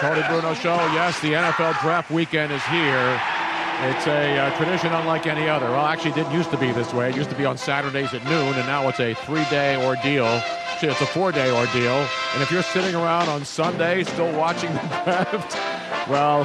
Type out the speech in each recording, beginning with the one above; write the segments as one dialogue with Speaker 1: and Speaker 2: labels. Speaker 1: Tony Bruno Show. Yes, the NFL draft weekend is here. It's a uh, tradition unlike any other. Well, actually, it didn't used to be this way. It used to be on Saturdays at noon, and now it's a three day ordeal. Shit, it's a four day ordeal. And if you're sitting around on Sunday still watching the draft, well,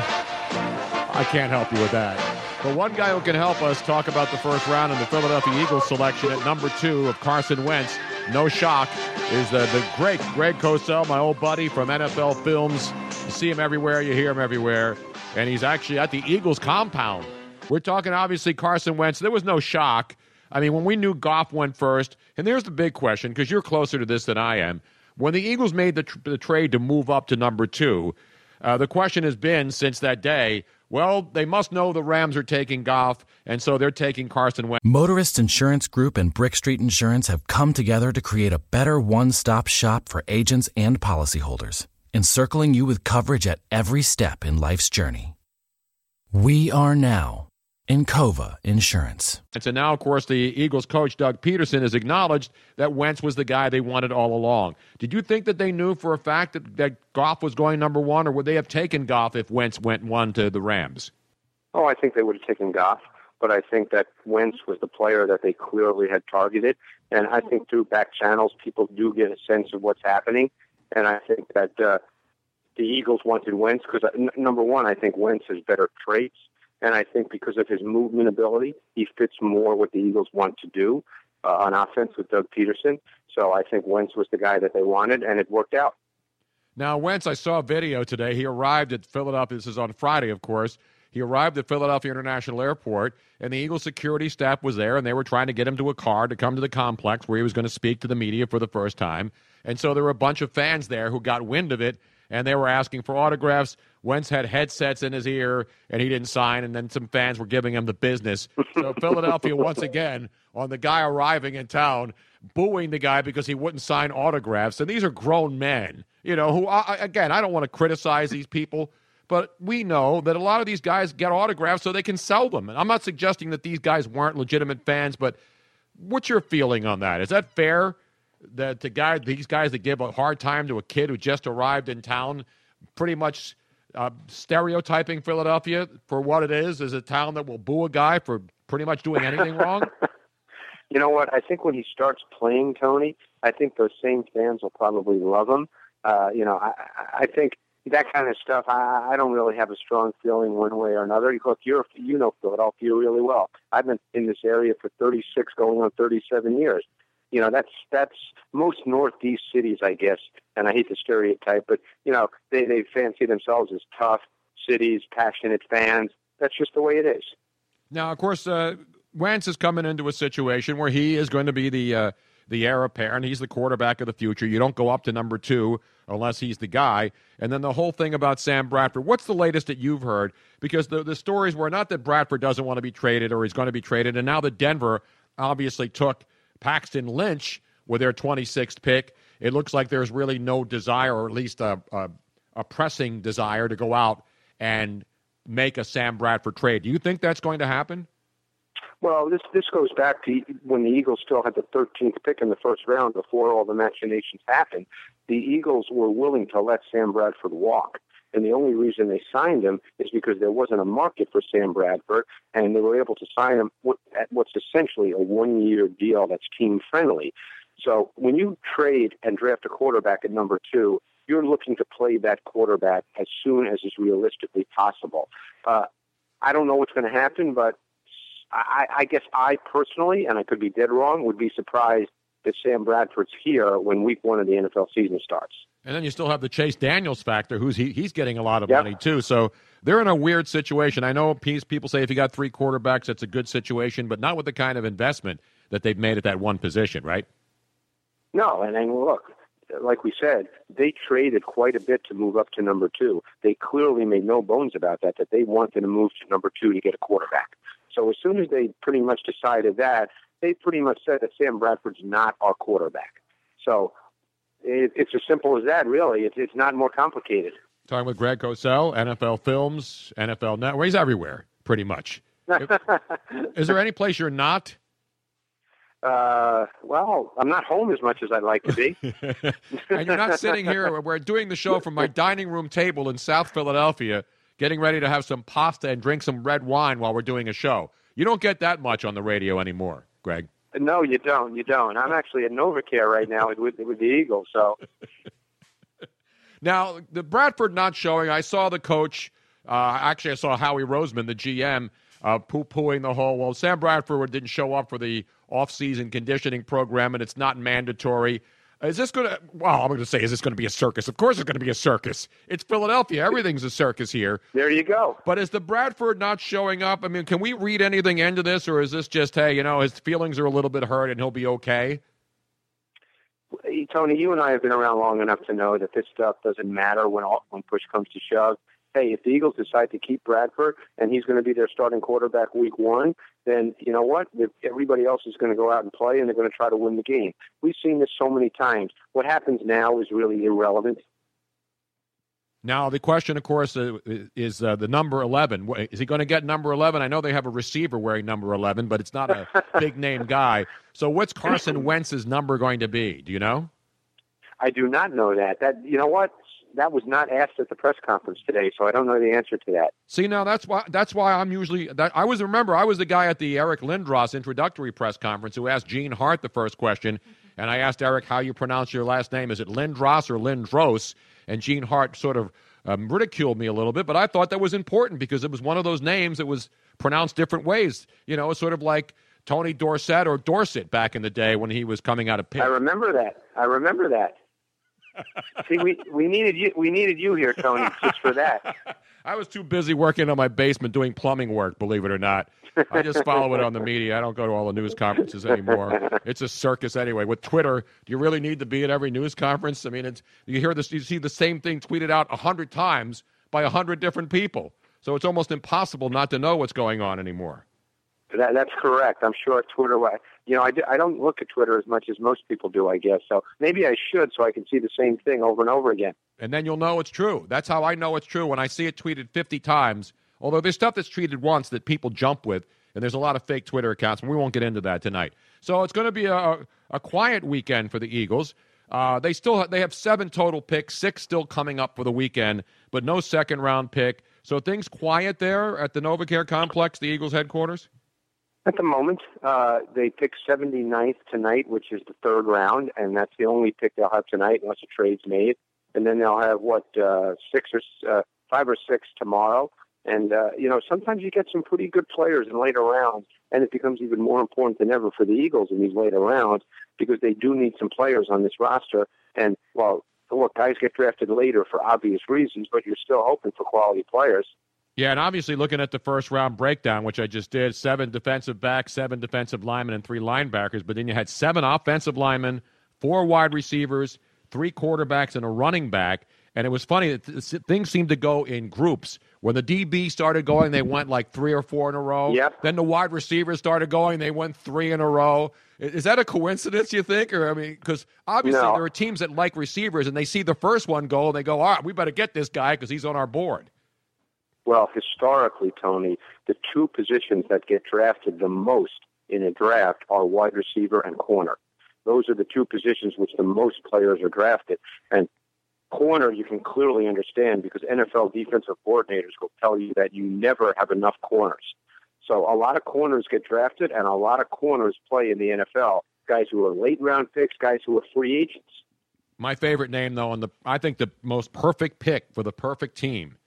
Speaker 1: I can't help you with that. But one guy who can help us talk about the first round and the Philadelphia Eagles selection at number two of Carson Wentz, no shock, is uh, the, the great Greg Cosell, my old buddy from NFL Films. You see him everywhere, you hear him everywhere. And he's actually at the Eagles compound. We're talking obviously Carson Wentz. There was no shock. I mean, when we knew Goff went first, and there's the big question because you're closer to this than I am. When the Eagles made the, tr- the trade to move up to number two, uh, the question has been since that day well, they must know the Rams are taking Goff, and so they're taking Carson Wentz.
Speaker 2: Motorists Insurance Group and Brick Street Insurance have come together to create a better one stop shop for agents and policyholders, encircling you with coverage at every step in life's journey. We are now Encova Insurance.
Speaker 1: And so now, of course, the Eagles coach, Doug Peterson, has acknowledged that Wentz was the guy they wanted all along. Did you think that they knew for a fact that, that Goff was going number one, or would they have taken Goff if Wentz went one to the Rams?
Speaker 3: Oh, I think they would have taken Goff, but I think that Wentz was the player that they clearly had targeted. And I think through back channels, people do get a sense of what's happening. And I think that uh, the Eagles wanted Wentz because, n- number one, I think Wentz has better traits. And I think because of his movement ability, he fits more what the Eagles want to do uh, on offense with Doug Peterson. So I think Wentz was the guy that they wanted, and it worked out.
Speaker 1: Now, Wentz, I saw a video today. He arrived at Philadelphia. This is on Friday, of course. He arrived at Philadelphia International Airport, and the Eagles security staff was there, and they were trying to get him to a car to come to the complex where he was going to speak to the media for the first time. And so there were a bunch of fans there who got wind of it, and they were asking for autographs. Wentz had headsets in his ear, and he didn't sign, and then some fans were giving him the business. So Philadelphia, once again, on the guy arriving in town, booing the guy because he wouldn't sign autographs. And these are grown men, you know, who, I, I- again, I don't want to criticize these people, but we know that a lot of these guys get autographs so they can sell them. And I'm not suggesting that these guys weren't legitimate fans, but what's your feeling on that? Is that fair? That the guy, these guys that give a hard time to a kid who just arrived in town, pretty much uh, stereotyping Philadelphia for what it is, is a town that will boo a guy for pretty much doing anything wrong.
Speaker 3: you know what? I think when he starts playing Tony, I think those same fans will probably love him. Uh, you know, I, I- I think that kind of stuff. I, I don't really have a strong feeling one way or another. Look, you're you know Philadelphia really well. I've been in this area for 36, going on 37 years. You know, that's that's most Northeast cities, I guess. And I hate the stereotype, but you know, they they fancy themselves as tough cities, passionate fans. That's just the way it is.
Speaker 1: Now, of course, uh, Wentz is coming into a situation where he is going to be the uh, the heir apparent. He's the quarterback of the future. You don't go up to number two unless he's the guy. And then the whole thing about Sam Bradford. What's the latest that you've heard? Because the the stories were not that Bradford doesn't want to be traded or he's going to be traded, and now that Denver obviously took Paxton Lynch with their 26th pick. It looks like there's really no desire, or at least a, a, a pressing desire, to go out and make a Sam Bradford trade. Do you think that's going to happen?
Speaker 3: Well, this this goes back to when the Eagles still had the 13th pick in the first round before all the machinations happened. The Eagles were willing to let Sam Bradford walk, and the only reason they signed him is because there wasn't a market for Sam Bradford, and they were able to sign him what- at what's essentially a one-year deal that's team friendly. So when you trade and draft a quarterback at number two, you're looking to play that quarterback as soon as is realistically possible. Uh, I don't know what's going to happen, but I, I guess I personally, and I could be dead wrong, would be surprised that Sam Bradford's here when week one of the NFL season starts.
Speaker 1: And then you still have the Chase Daniels factor, who's he, he's getting a lot of
Speaker 3: Yep.
Speaker 1: money too. So they're in a weird situation. I know piece people say if you got three quarterbacks, that's a good situation, but not with the kind of investment that they've made at that one position, right?
Speaker 3: No, and, and look, like we said, they traded quite a bit to move up to number two. They clearly made no bones about that, that they wanted to move to number two to get a quarterback. So as soon as they pretty much decided that, they pretty much said that Sam Bradford's not our quarterback. So it, it's as simple as that, really. It's, it's not more complicated.
Speaker 1: Talking with Greg Cosell, NFL Films, NFL Network. He's everywhere, pretty much. Is there any place you're not?
Speaker 3: Uh, well, I'm not home as much as I'd like to be.
Speaker 1: and you're not sitting here. We're doing the show from my dining room table in South Philadelphia, getting ready to have some pasta and drink some red wine while we're doing a show. You don't get that much on the radio anymore, Greg.
Speaker 3: No, you don't. You don't. I'm actually at Novacare right now with, with the Eagles. So
Speaker 1: now the Bradford not showing. I saw the coach. Uh, actually, I saw Howie Roseman, the GM, uh, poo-pooing the whole. Well, Sam Bradford didn't show up for the off-season conditioning program, and it's not mandatory. Is this going to? Well, I'm going to say, is this going to be a circus? Of course, it's going to be a circus. It's Philadelphia. Everything's a circus here.
Speaker 3: There you go.
Speaker 1: But is the Bradford not showing up? I mean, can we read anything into this, or is this just, hey, you know, his feelings are a little bit hurt, and he'll be okay?
Speaker 3: Tony, you and I have been around long enough to know that this stuff doesn't matter when all, when push comes to shove hey, if the Eagles decide to keep Bradford and he's going to be their starting quarterback week one, then you know what? If everybody else is going to go out and play and they're going to try to win the game. We've seen this so many times. What happens now is really irrelevant.
Speaker 1: Now, the question, of course, is uh, the number 11. Is he going to get number 11? I know they have a receiver wearing number 11, but it's not a big name guy. So, what's Carson Wentz's number going to be? Do you know?
Speaker 3: I do not know that. That you know what? that was not asked at the press conference today, so I don't know the answer to that.
Speaker 1: See, now that's why that's why I'm usually that, I was remember I was the guy at the Eric Lindros introductory press conference who asked Gene Hart the first question, and I asked Eric how you pronounce your last name. Is it Lindros or Lindros? And Gene Hart sort of um, ridiculed me a little bit, but I thought that was important because it was one of those names that was pronounced different ways. You know, it's sort of like. Tony Dorsett or Dorset back in the day when he was coming out of Pitt. I
Speaker 3: remember that. I remember that. See, we, we needed you. We needed you here, Tony, just for that.
Speaker 1: I was too busy working on my basement doing plumbing work. Believe it or not, I just follow it on the media. I don't go to all the news conferences anymore. It's a circus anyway. With Twitter, do you really need to be at every news conference? I mean, it's you hear this, you see the same thing tweeted out a hundred times by a hundred different people. So it's almost impossible not to know what's going on anymore.
Speaker 3: That, that's correct. I'm sure Twitter. You know, I, do, I don't look at Twitter as much as most people do, I guess. So maybe I should, so I can see the same thing over and over again.
Speaker 1: And then you'll know it's true. That's how I know it's true when I see it tweeted 50 times. Although there's stuff that's tweeted once that people jump with, and there's a lot of fake Twitter accounts, and we won't get into that tonight. So it's going to be a, a quiet weekend for the Eagles. Uh, they still have, they have seven total picks, six still coming up for the weekend, but no second round pick. So things quiet there at the NovaCare complex, the Eagles headquarters.
Speaker 3: At the moment, uh, they pick 79th tonight, which is the third round, and that's the only pick they'll have tonight unless a trade's made. And then they'll have what uh, six or uh, five or six tomorrow. And uh, you know, sometimes you get some pretty good players in later rounds, and it becomes even more important than ever for the Eagles in these later rounds because they do need some players on this roster. And well, look, guys get drafted later for obvious reasons, but you're still hoping for quality players.
Speaker 1: Yeah, and obviously looking at the first round breakdown, which I just did, seven defensive backs, seven defensive linemen, and three linebackers. But then you had seven offensive linemen, four wide receivers, three quarterbacks, and a running back. And it was funny that things seemed to go in groups. When the DB started going, they went like three or four in a row.
Speaker 3: Yep.
Speaker 1: Then the wide receivers started going, they went three in a row. Is that a coincidence, you think? Or, I mean, because obviously
Speaker 3: No.
Speaker 1: there are teams that like receivers and they see the first one go and they go, all right, we better get this guy because he's on our board.
Speaker 3: Well, historically, Tony, the two positions that get drafted the most in a draft are wide receiver and corner. Those are the two positions which the most players are drafted. And corner, you can clearly understand because NFL defensive coordinators will tell you that you never have enough corners. So a lot of corners get drafted, and a lot of corners play in the NFL. Guys who are late round picks, guys who are free agents.
Speaker 1: My favorite name, though, and the I think the most perfect pick for the perfect team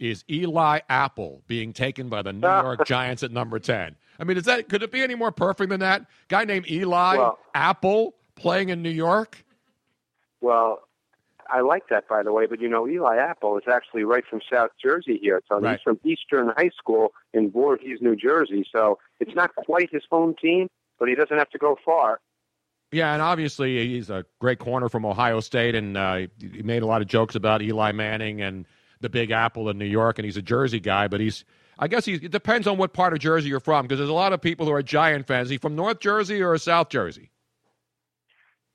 Speaker 1: is Eli Apple being taken by the New York Giants at number ten. I mean, is that could it be any more perfect than that? Guy named Eli
Speaker 3: Well-
Speaker 1: Apple playing in New York.
Speaker 3: Well, I like that, by the way. But you know, Eli Apple is actually right from South Jersey here. So
Speaker 1: Right.
Speaker 3: he's from Eastern High School in Voorhees, New Jersey. So it's not quite his home team, but he doesn't have to go far.
Speaker 1: Yeah, and obviously he's a great corner from Ohio State, and uh, he made a lot of jokes about Eli Manning and the Big Apple in New York, and he's a Jersey guy, but he's. I guess he's, it depends on what part of Jersey you're from, because there's a lot of people who are Giant fans. Is he from North Jersey or South Jersey?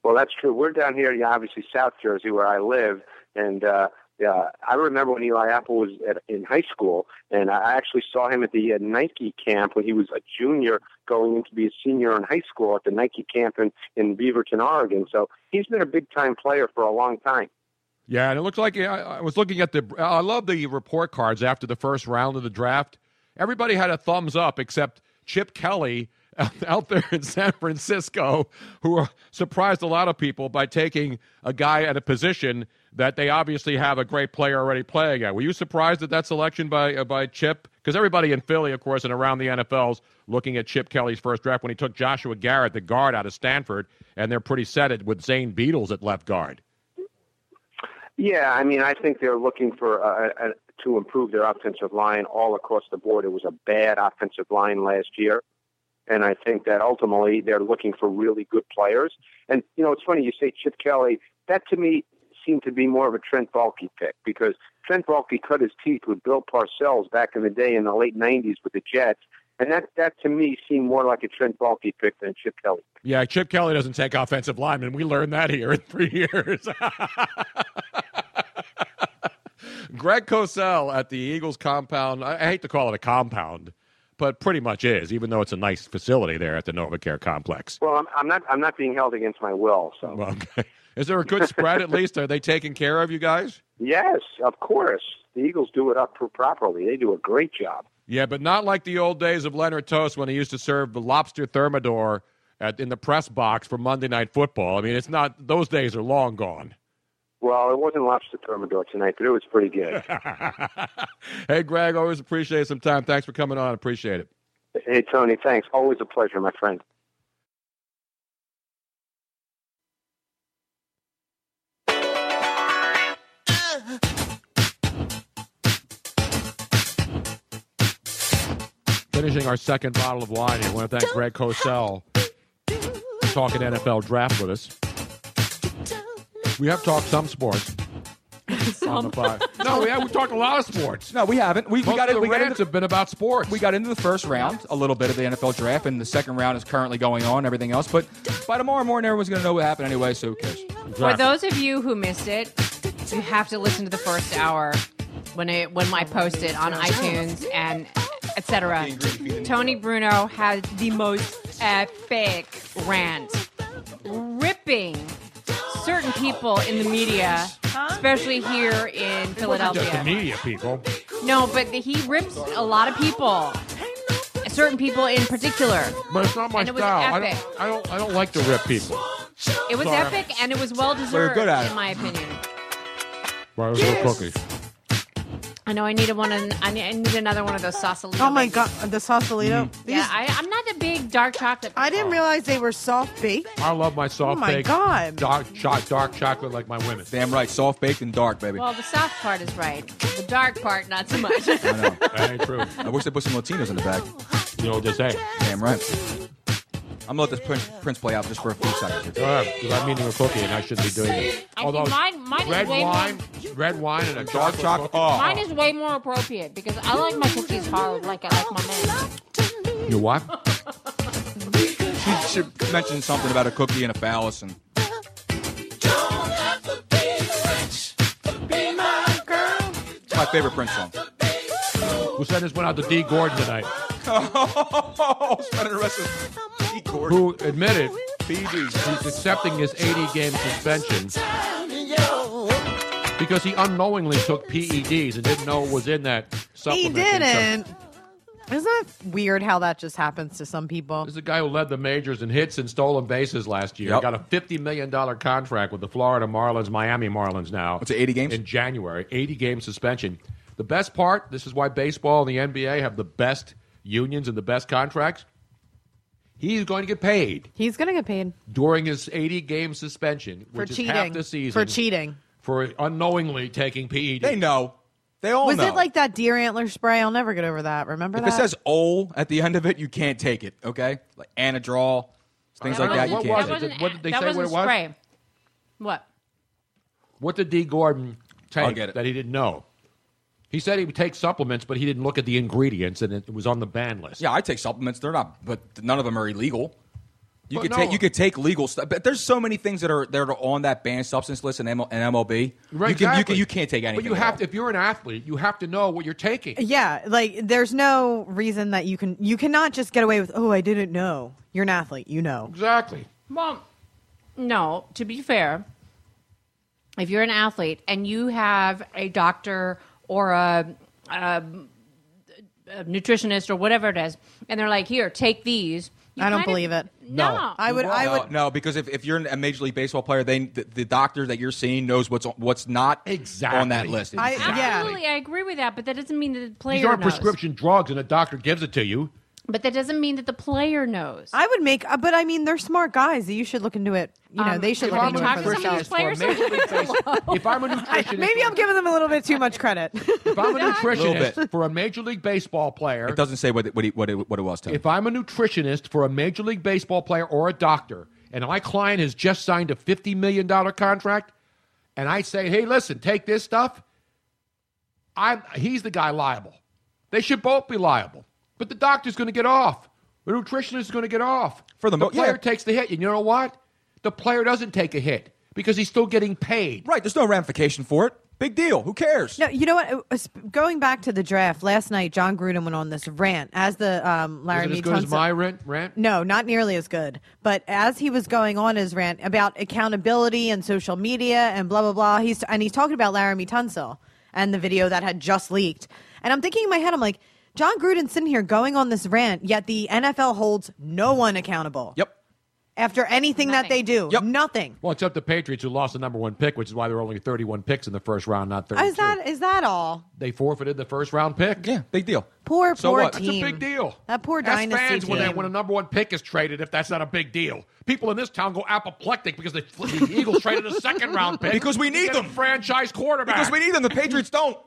Speaker 3: Well, that's true. We're down here, yeah, obviously South Jersey, where I live, and uh, yeah, I remember when Eli Apple was at, in high school, and I actually saw him at the uh, Nike camp when he was a junior, going in to be a senior in high school at the Nike camp in, in Beaverton, Oregon. So he's been a big time player for a long time.
Speaker 1: Yeah, and it looks like I, I was looking at the. I love the report cards after the first round of the draft. Everybody had a thumbs up except Chip Kelly out there in San Francisco, who surprised a lot of people by taking a guy at a position that they obviously have a great player already playing at. Were you surprised at that selection by uh, by Chip? Because everybody in Philly, of course, and around the NFL's looking at Chip Kelly's first draft when he took Joshua Garrett, the guard out of Stanford, and they're pretty set it with Zane Beatles at left guard.
Speaker 3: Yeah, I mean, I think they're looking for uh, uh, to improve their offensive line all across the board. It was a bad offensive line last year, and I think that ultimately they're looking for really good players. And you know, it's funny you say Chip Kelly. That to me seemed to be more of a Trent Baalke pick because Trent Baalke cut his teeth with Bill Parcells back in the day in the late '90s with the Jets, and that that to me seemed more like a Trent Baalke pick than a Chip Kelly.
Speaker 1: Yeah, Chip Kelly doesn't take offensive linemen. We learned that here in three years. Greg Cosell at the Eagles compound. I, I hate to call it a compound, but pretty much is, even though it's a nice facility there at the NovaCare complex.
Speaker 3: Well, I'm, I'm not I'm not being held against my will, so.
Speaker 1: Well, okay. Is there a good spread at least? Are they taking care of you guys?
Speaker 3: Yes, of course. The Eagles do it up pro- properly. They do a great job.
Speaker 1: Yeah, but not like the old days of Leonard Toast when he used to serve the lobster thermidor at, in the press box for Monday Night Football. I mean, it's not, those days are long gone.
Speaker 3: Well, it wasn't lobster thermidor tonight, but it was pretty good.
Speaker 1: hey, Greg, always appreciate some time. Thanks for coming on. Appreciate it.
Speaker 3: hey, Tony, thanks. Always a pleasure, my friend.
Speaker 1: Finishing our second bottle of wine here. I want to thank Greg Cosell for talking NFL draft with us. We have talked some sports. On the pod. no, we have, we've talked a lot of sports.
Speaker 4: No, we haven't. We, we
Speaker 1: Most
Speaker 4: got
Speaker 1: of
Speaker 4: it.
Speaker 1: the
Speaker 4: We got
Speaker 1: rants
Speaker 4: into
Speaker 1: have been about sports.
Speaker 4: we got into the first round, a little bit of the NFL draft, and the second round is currently going on. Everything else, but by tomorrow morning, everyone's going to know what happened anyway. So who cares?
Speaker 1: Exactly.
Speaker 5: For those of you who missed it, you have to listen to the first hour when it when I post it on iTunes and etc. Tony Bruno had the most epic rant, ripping certain people in the media, especially here in
Speaker 1: just the
Speaker 5: Philadelphia.
Speaker 1: media people.
Speaker 5: No, but he rips a lot of people, certain people in particular.
Speaker 1: But it's not my
Speaker 5: And it was
Speaker 1: style. I
Speaker 5: epic.
Speaker 1: don't, I don't. I don't like to rip people.
Speaker 5: It was
Speaker 1: Sorry.
Speaker 5: epic and it was well
Speaker 4: We're
Speaker 5: deserved,
Speaker 4: good at it.
Speaker 5: in my opinion.
Speaker 1: Why was it cookie?
Speaker 5: I know I needed one. and I need, I need another one of those sausalito.
Speaker 6: Oh my
Speaker 5: mix.
Speaker 6: god, the sausalito. These,
Speaker 5: Yeah, I, I'm not a big dark chocolate.
Speaker 6: I, didn't realize they were soft baked.
Speaker 1: I love
Speaker 5: Oh
Speaker 1: my soft
Speaker 6: my
Speaker 1: baked
Speaker 6: God.
Speaker 1: dark, cho- dark chocolate like my women.
Speaker 4: Damn right, soft baked and dark, baby.
Speaker 5: Well, the soft part is right. The dark part, not so much.
Speaker 4: I know.
Speaker 1: That ain't true.
Speaker 4: I wish they put some Latinos in the back.
Speaker 1: You know, just hey.
Speaker 4: Damn right. I'm gonna let this Prince, Prince play out just for a few seconds.
Speaker 1: All right, Uh, because I'm eating a cookie and I shouldn't be doing it.
Speaker 5: I think mine, mine
Speaker 1: red
Speaker 5: is way
Speaker 1: wine,
Speaker 5: more.
Speaker 1: red wine, and a
Speaker 4: Dark
Speaker 1: dark chocolate.
Speaker 4: chocolate. Oh,
Speaker 5: Mine is way more appropriate because I like my cookies hard, like I like my man.
Speaker 1: You what?
Speaker 4: she, she mentioned something about a cookie and a phallus, and it's my favorite Prince song.
Speaker 1: We'll send this one out to D. Gordon tonight,
Speaker 4: Oh, spending the rest of Pete Gordon.
Speaker 1: who admitted he's accepting his 80-game suspension because he unknowingly took PEDs and didn't know what was in that
Speaker 6: He
Speaker 1: supplement.
Speaker 6: didn't. Isn't that weird how that just happens to some people?
Speaker 1: This is a guy who led the majors in hits and stolen bases last year.
Speaker 4: Yep.
Speaker 1: Got a fifty million dollar contract with the Florida Marlins, Miami Marlins now.
Speaker 4: What's it, 80 games?
Speaker 1: in January? Eighty game suspension. The best part. This is why baseball and the NBA have the best unions and the best contracts. He's going to get paid
Speaker 6: He's gonna get paid
Speaker 1: during his eighty game suspension,
Speaker 6: for
Speaker 1: which is
Speaker 6: cheating.
Speaker 1: half the season
Speaker 6: For cheating.
Speaker 1: for unknowingly taking E PED.
Speaker 4: They know. They all
Speaker 6: Was
Speaker 4: know.
Speaker 6: it like that deer antler spray? I'll never get over that. Remember
Speaker 4: Oh, if
Speaker 6: that?
Speaker 4: it says "ol" at the end of it, you can't take it. Okay, like Anadrol, things
Speaker 1: That
Speaker 4: like that.
Speaker 1: wasn't-
Speaker 4: You
Speaker 1: what
Speaker 4: can't.
Speaker 1: was
Speaker 4: take.
Speaker 7: wasn't-
Speaker 1: it? What did they
Speaker 7: that
Speaker 1: say what
Speaker 7: wasn't
Speaker 1: it was?
Speaker 7: Spray. What?
Speaker 1: What did D. Gordon
Speaker 4: I'll
Speaker 1: take
Speaker 4: get it.
Speaker 1: that he didn't know? He said he would take supplements, but he didn't look at the ingredients, and it was on the ban list.
Speaker 4: Yeah, I take supplements. They're not, but none of them are illegal. You
Speaker 1: But
Speaker 4: could
Speaker 1: no.
Speaker 4: take you could take legal stuff, but there's so many things that are that are on that banned substance list in, ML, and MLB.
Speaker 1: Right,
Speaker 4: you, can, you
Speaker 1: exactly.
Speaker 4: can you can't take anything.
Speaker 1: But you
Speaker 4: at
Speaker 1: have
Speaker 4: all.
Speaker 1: to, if you're an athlete, you have to know what you're taking.
Speaker 6: yeah, like there's no reason that you can you cannot just get away with oh I didn't know. You're an athlete, you know.
Speaker 1: Exactly.
Speaker 7: Well, no. To be fair, if you're an athlete and you have a doctor or a, a, a nutritionist or whatever it is, and they're like, "Here, take these." you
Speaker 6: I don't
Speaker 7: kinda-
Speaker 6: believe it.
Speaker 7: No,
Speaker 6: I would I
Speaker 4: no,
Speaker 6: would
Speaker 4: no, because if, if you're a major league baseball player, they the, the doctor that you're seeing knows what's on- what's not
Speaker 1: Exactly.
Speaker 4: on that list.
Speaker 6: I-
Speaker 4: Exactly.
Speaker 6: yeah.
Speaker 7: absolutely. I agree with that, but that doesn't mean that the player
Speaker 1: These aren't
Speaker 7: knows.
Speaker 1: prescription drugs, and a doctor gives it to you.
Speaker 7: But that doesn't mean that the player knows.
Speaker 6: I would make uh, but I mean they're smart guys. You should look into it. You know,
Speaker 7: Um,
Speaker 6: they should
Speaker 7: have
Speaker 6: look
Speaker 7: you
Speaker 6: into it
Speaker 7: talked
Speaker 6: for
Speaker 7: to some of
Speaker 6: themselves.
Speaker 7: these players?
Speaker 1: if I'm a nutritionist,
Speaker 6: Maybe I'm giving them a little bit too much credit.
Speaker 1: If I'm a
Speaker 4: Little
Speaker 1: nutritionist
Speaker 4: bit.
Speaker 1: for a major league baseball player,
Speaker 4: It doesn't say what it, what, it, what, it, what it was. Tony.
Speaker 1: if I'm a nutritionist for a major league baseball player or a doctor, and my client has just signed a fifty million dollar contract, and I say, "Hey, listen, take this stuff," I'm he's the guy liable. They should both be liable, but the doctor's going to get off. The nutritionist is going to get off.
Speaker 4: For the mo-
Speaker 1: player
Speaker 4: Oh, yeah.
Speaker 1: takes the hit, and you know what? The player doesn't take a hit because he's still getting paid.
Speaker 4: right, there's no ramification for it. Big deal. Who cares?
Speaker 6: No, you know what? Uh, sp- Going back to the draft last night, John Gruden went on this rant as the um,
Speaker 1: Is
Speaker 6: Larry
Speaker 1: it as
Speaker 6: Mead
Speaker 1: good as
Speaker 6: Tunsil-
Speaker 1: my rent? Rent?
Speaker 6: No, not nearly as good. But as he was going on his rant about accountability and social media and blah blah blah, he's and he's talking about Laramie Tunsil and the video that had just leaked. And I'm thinking in my head, I'm like, John Gruden's sitting here going on this rant, yet the NFL holds no one accountable.
Speaker 4: Yep.
Speaker 6: After anything that
Speaker 7: Nothing.
Speaker 6: they do,
Speaker 4: Yep.
Speaker 6: nothing.
Speaker 1: Well, except the Patriots who lost the number one pick, which is why there were only 31 picks in the first round, not 32.
Speaker 6: Is that is that all?
Speaker 1: they forfeited the first round pick.
Speaker 4: Yeah, big deal.
Speaker 6: Poor
Speaker 4: So
Speaker 6: poor
Speaker 4: what?
Speaker 1: That's
Speaker 6: team.
Speaker 1: a big deal.
Speaker 6: That poor
Speaker 1: Ask
Speaker 6: dynasty
Speaker 1: fans When,
Speaker 6: team.
Speaker 1: that- when a number one pick is traded, if that's not a big deal. People in this town go apoplectic because they, the Eagles traded a second round pick.
Speaker 4: Because we
Speaker 1: to
Speaker 4: need
Speaker 1: get
Speaker 4: them.
Speaker 1: A franchise quarterback.
Speaker 4: Because we need them. The Patriots don't.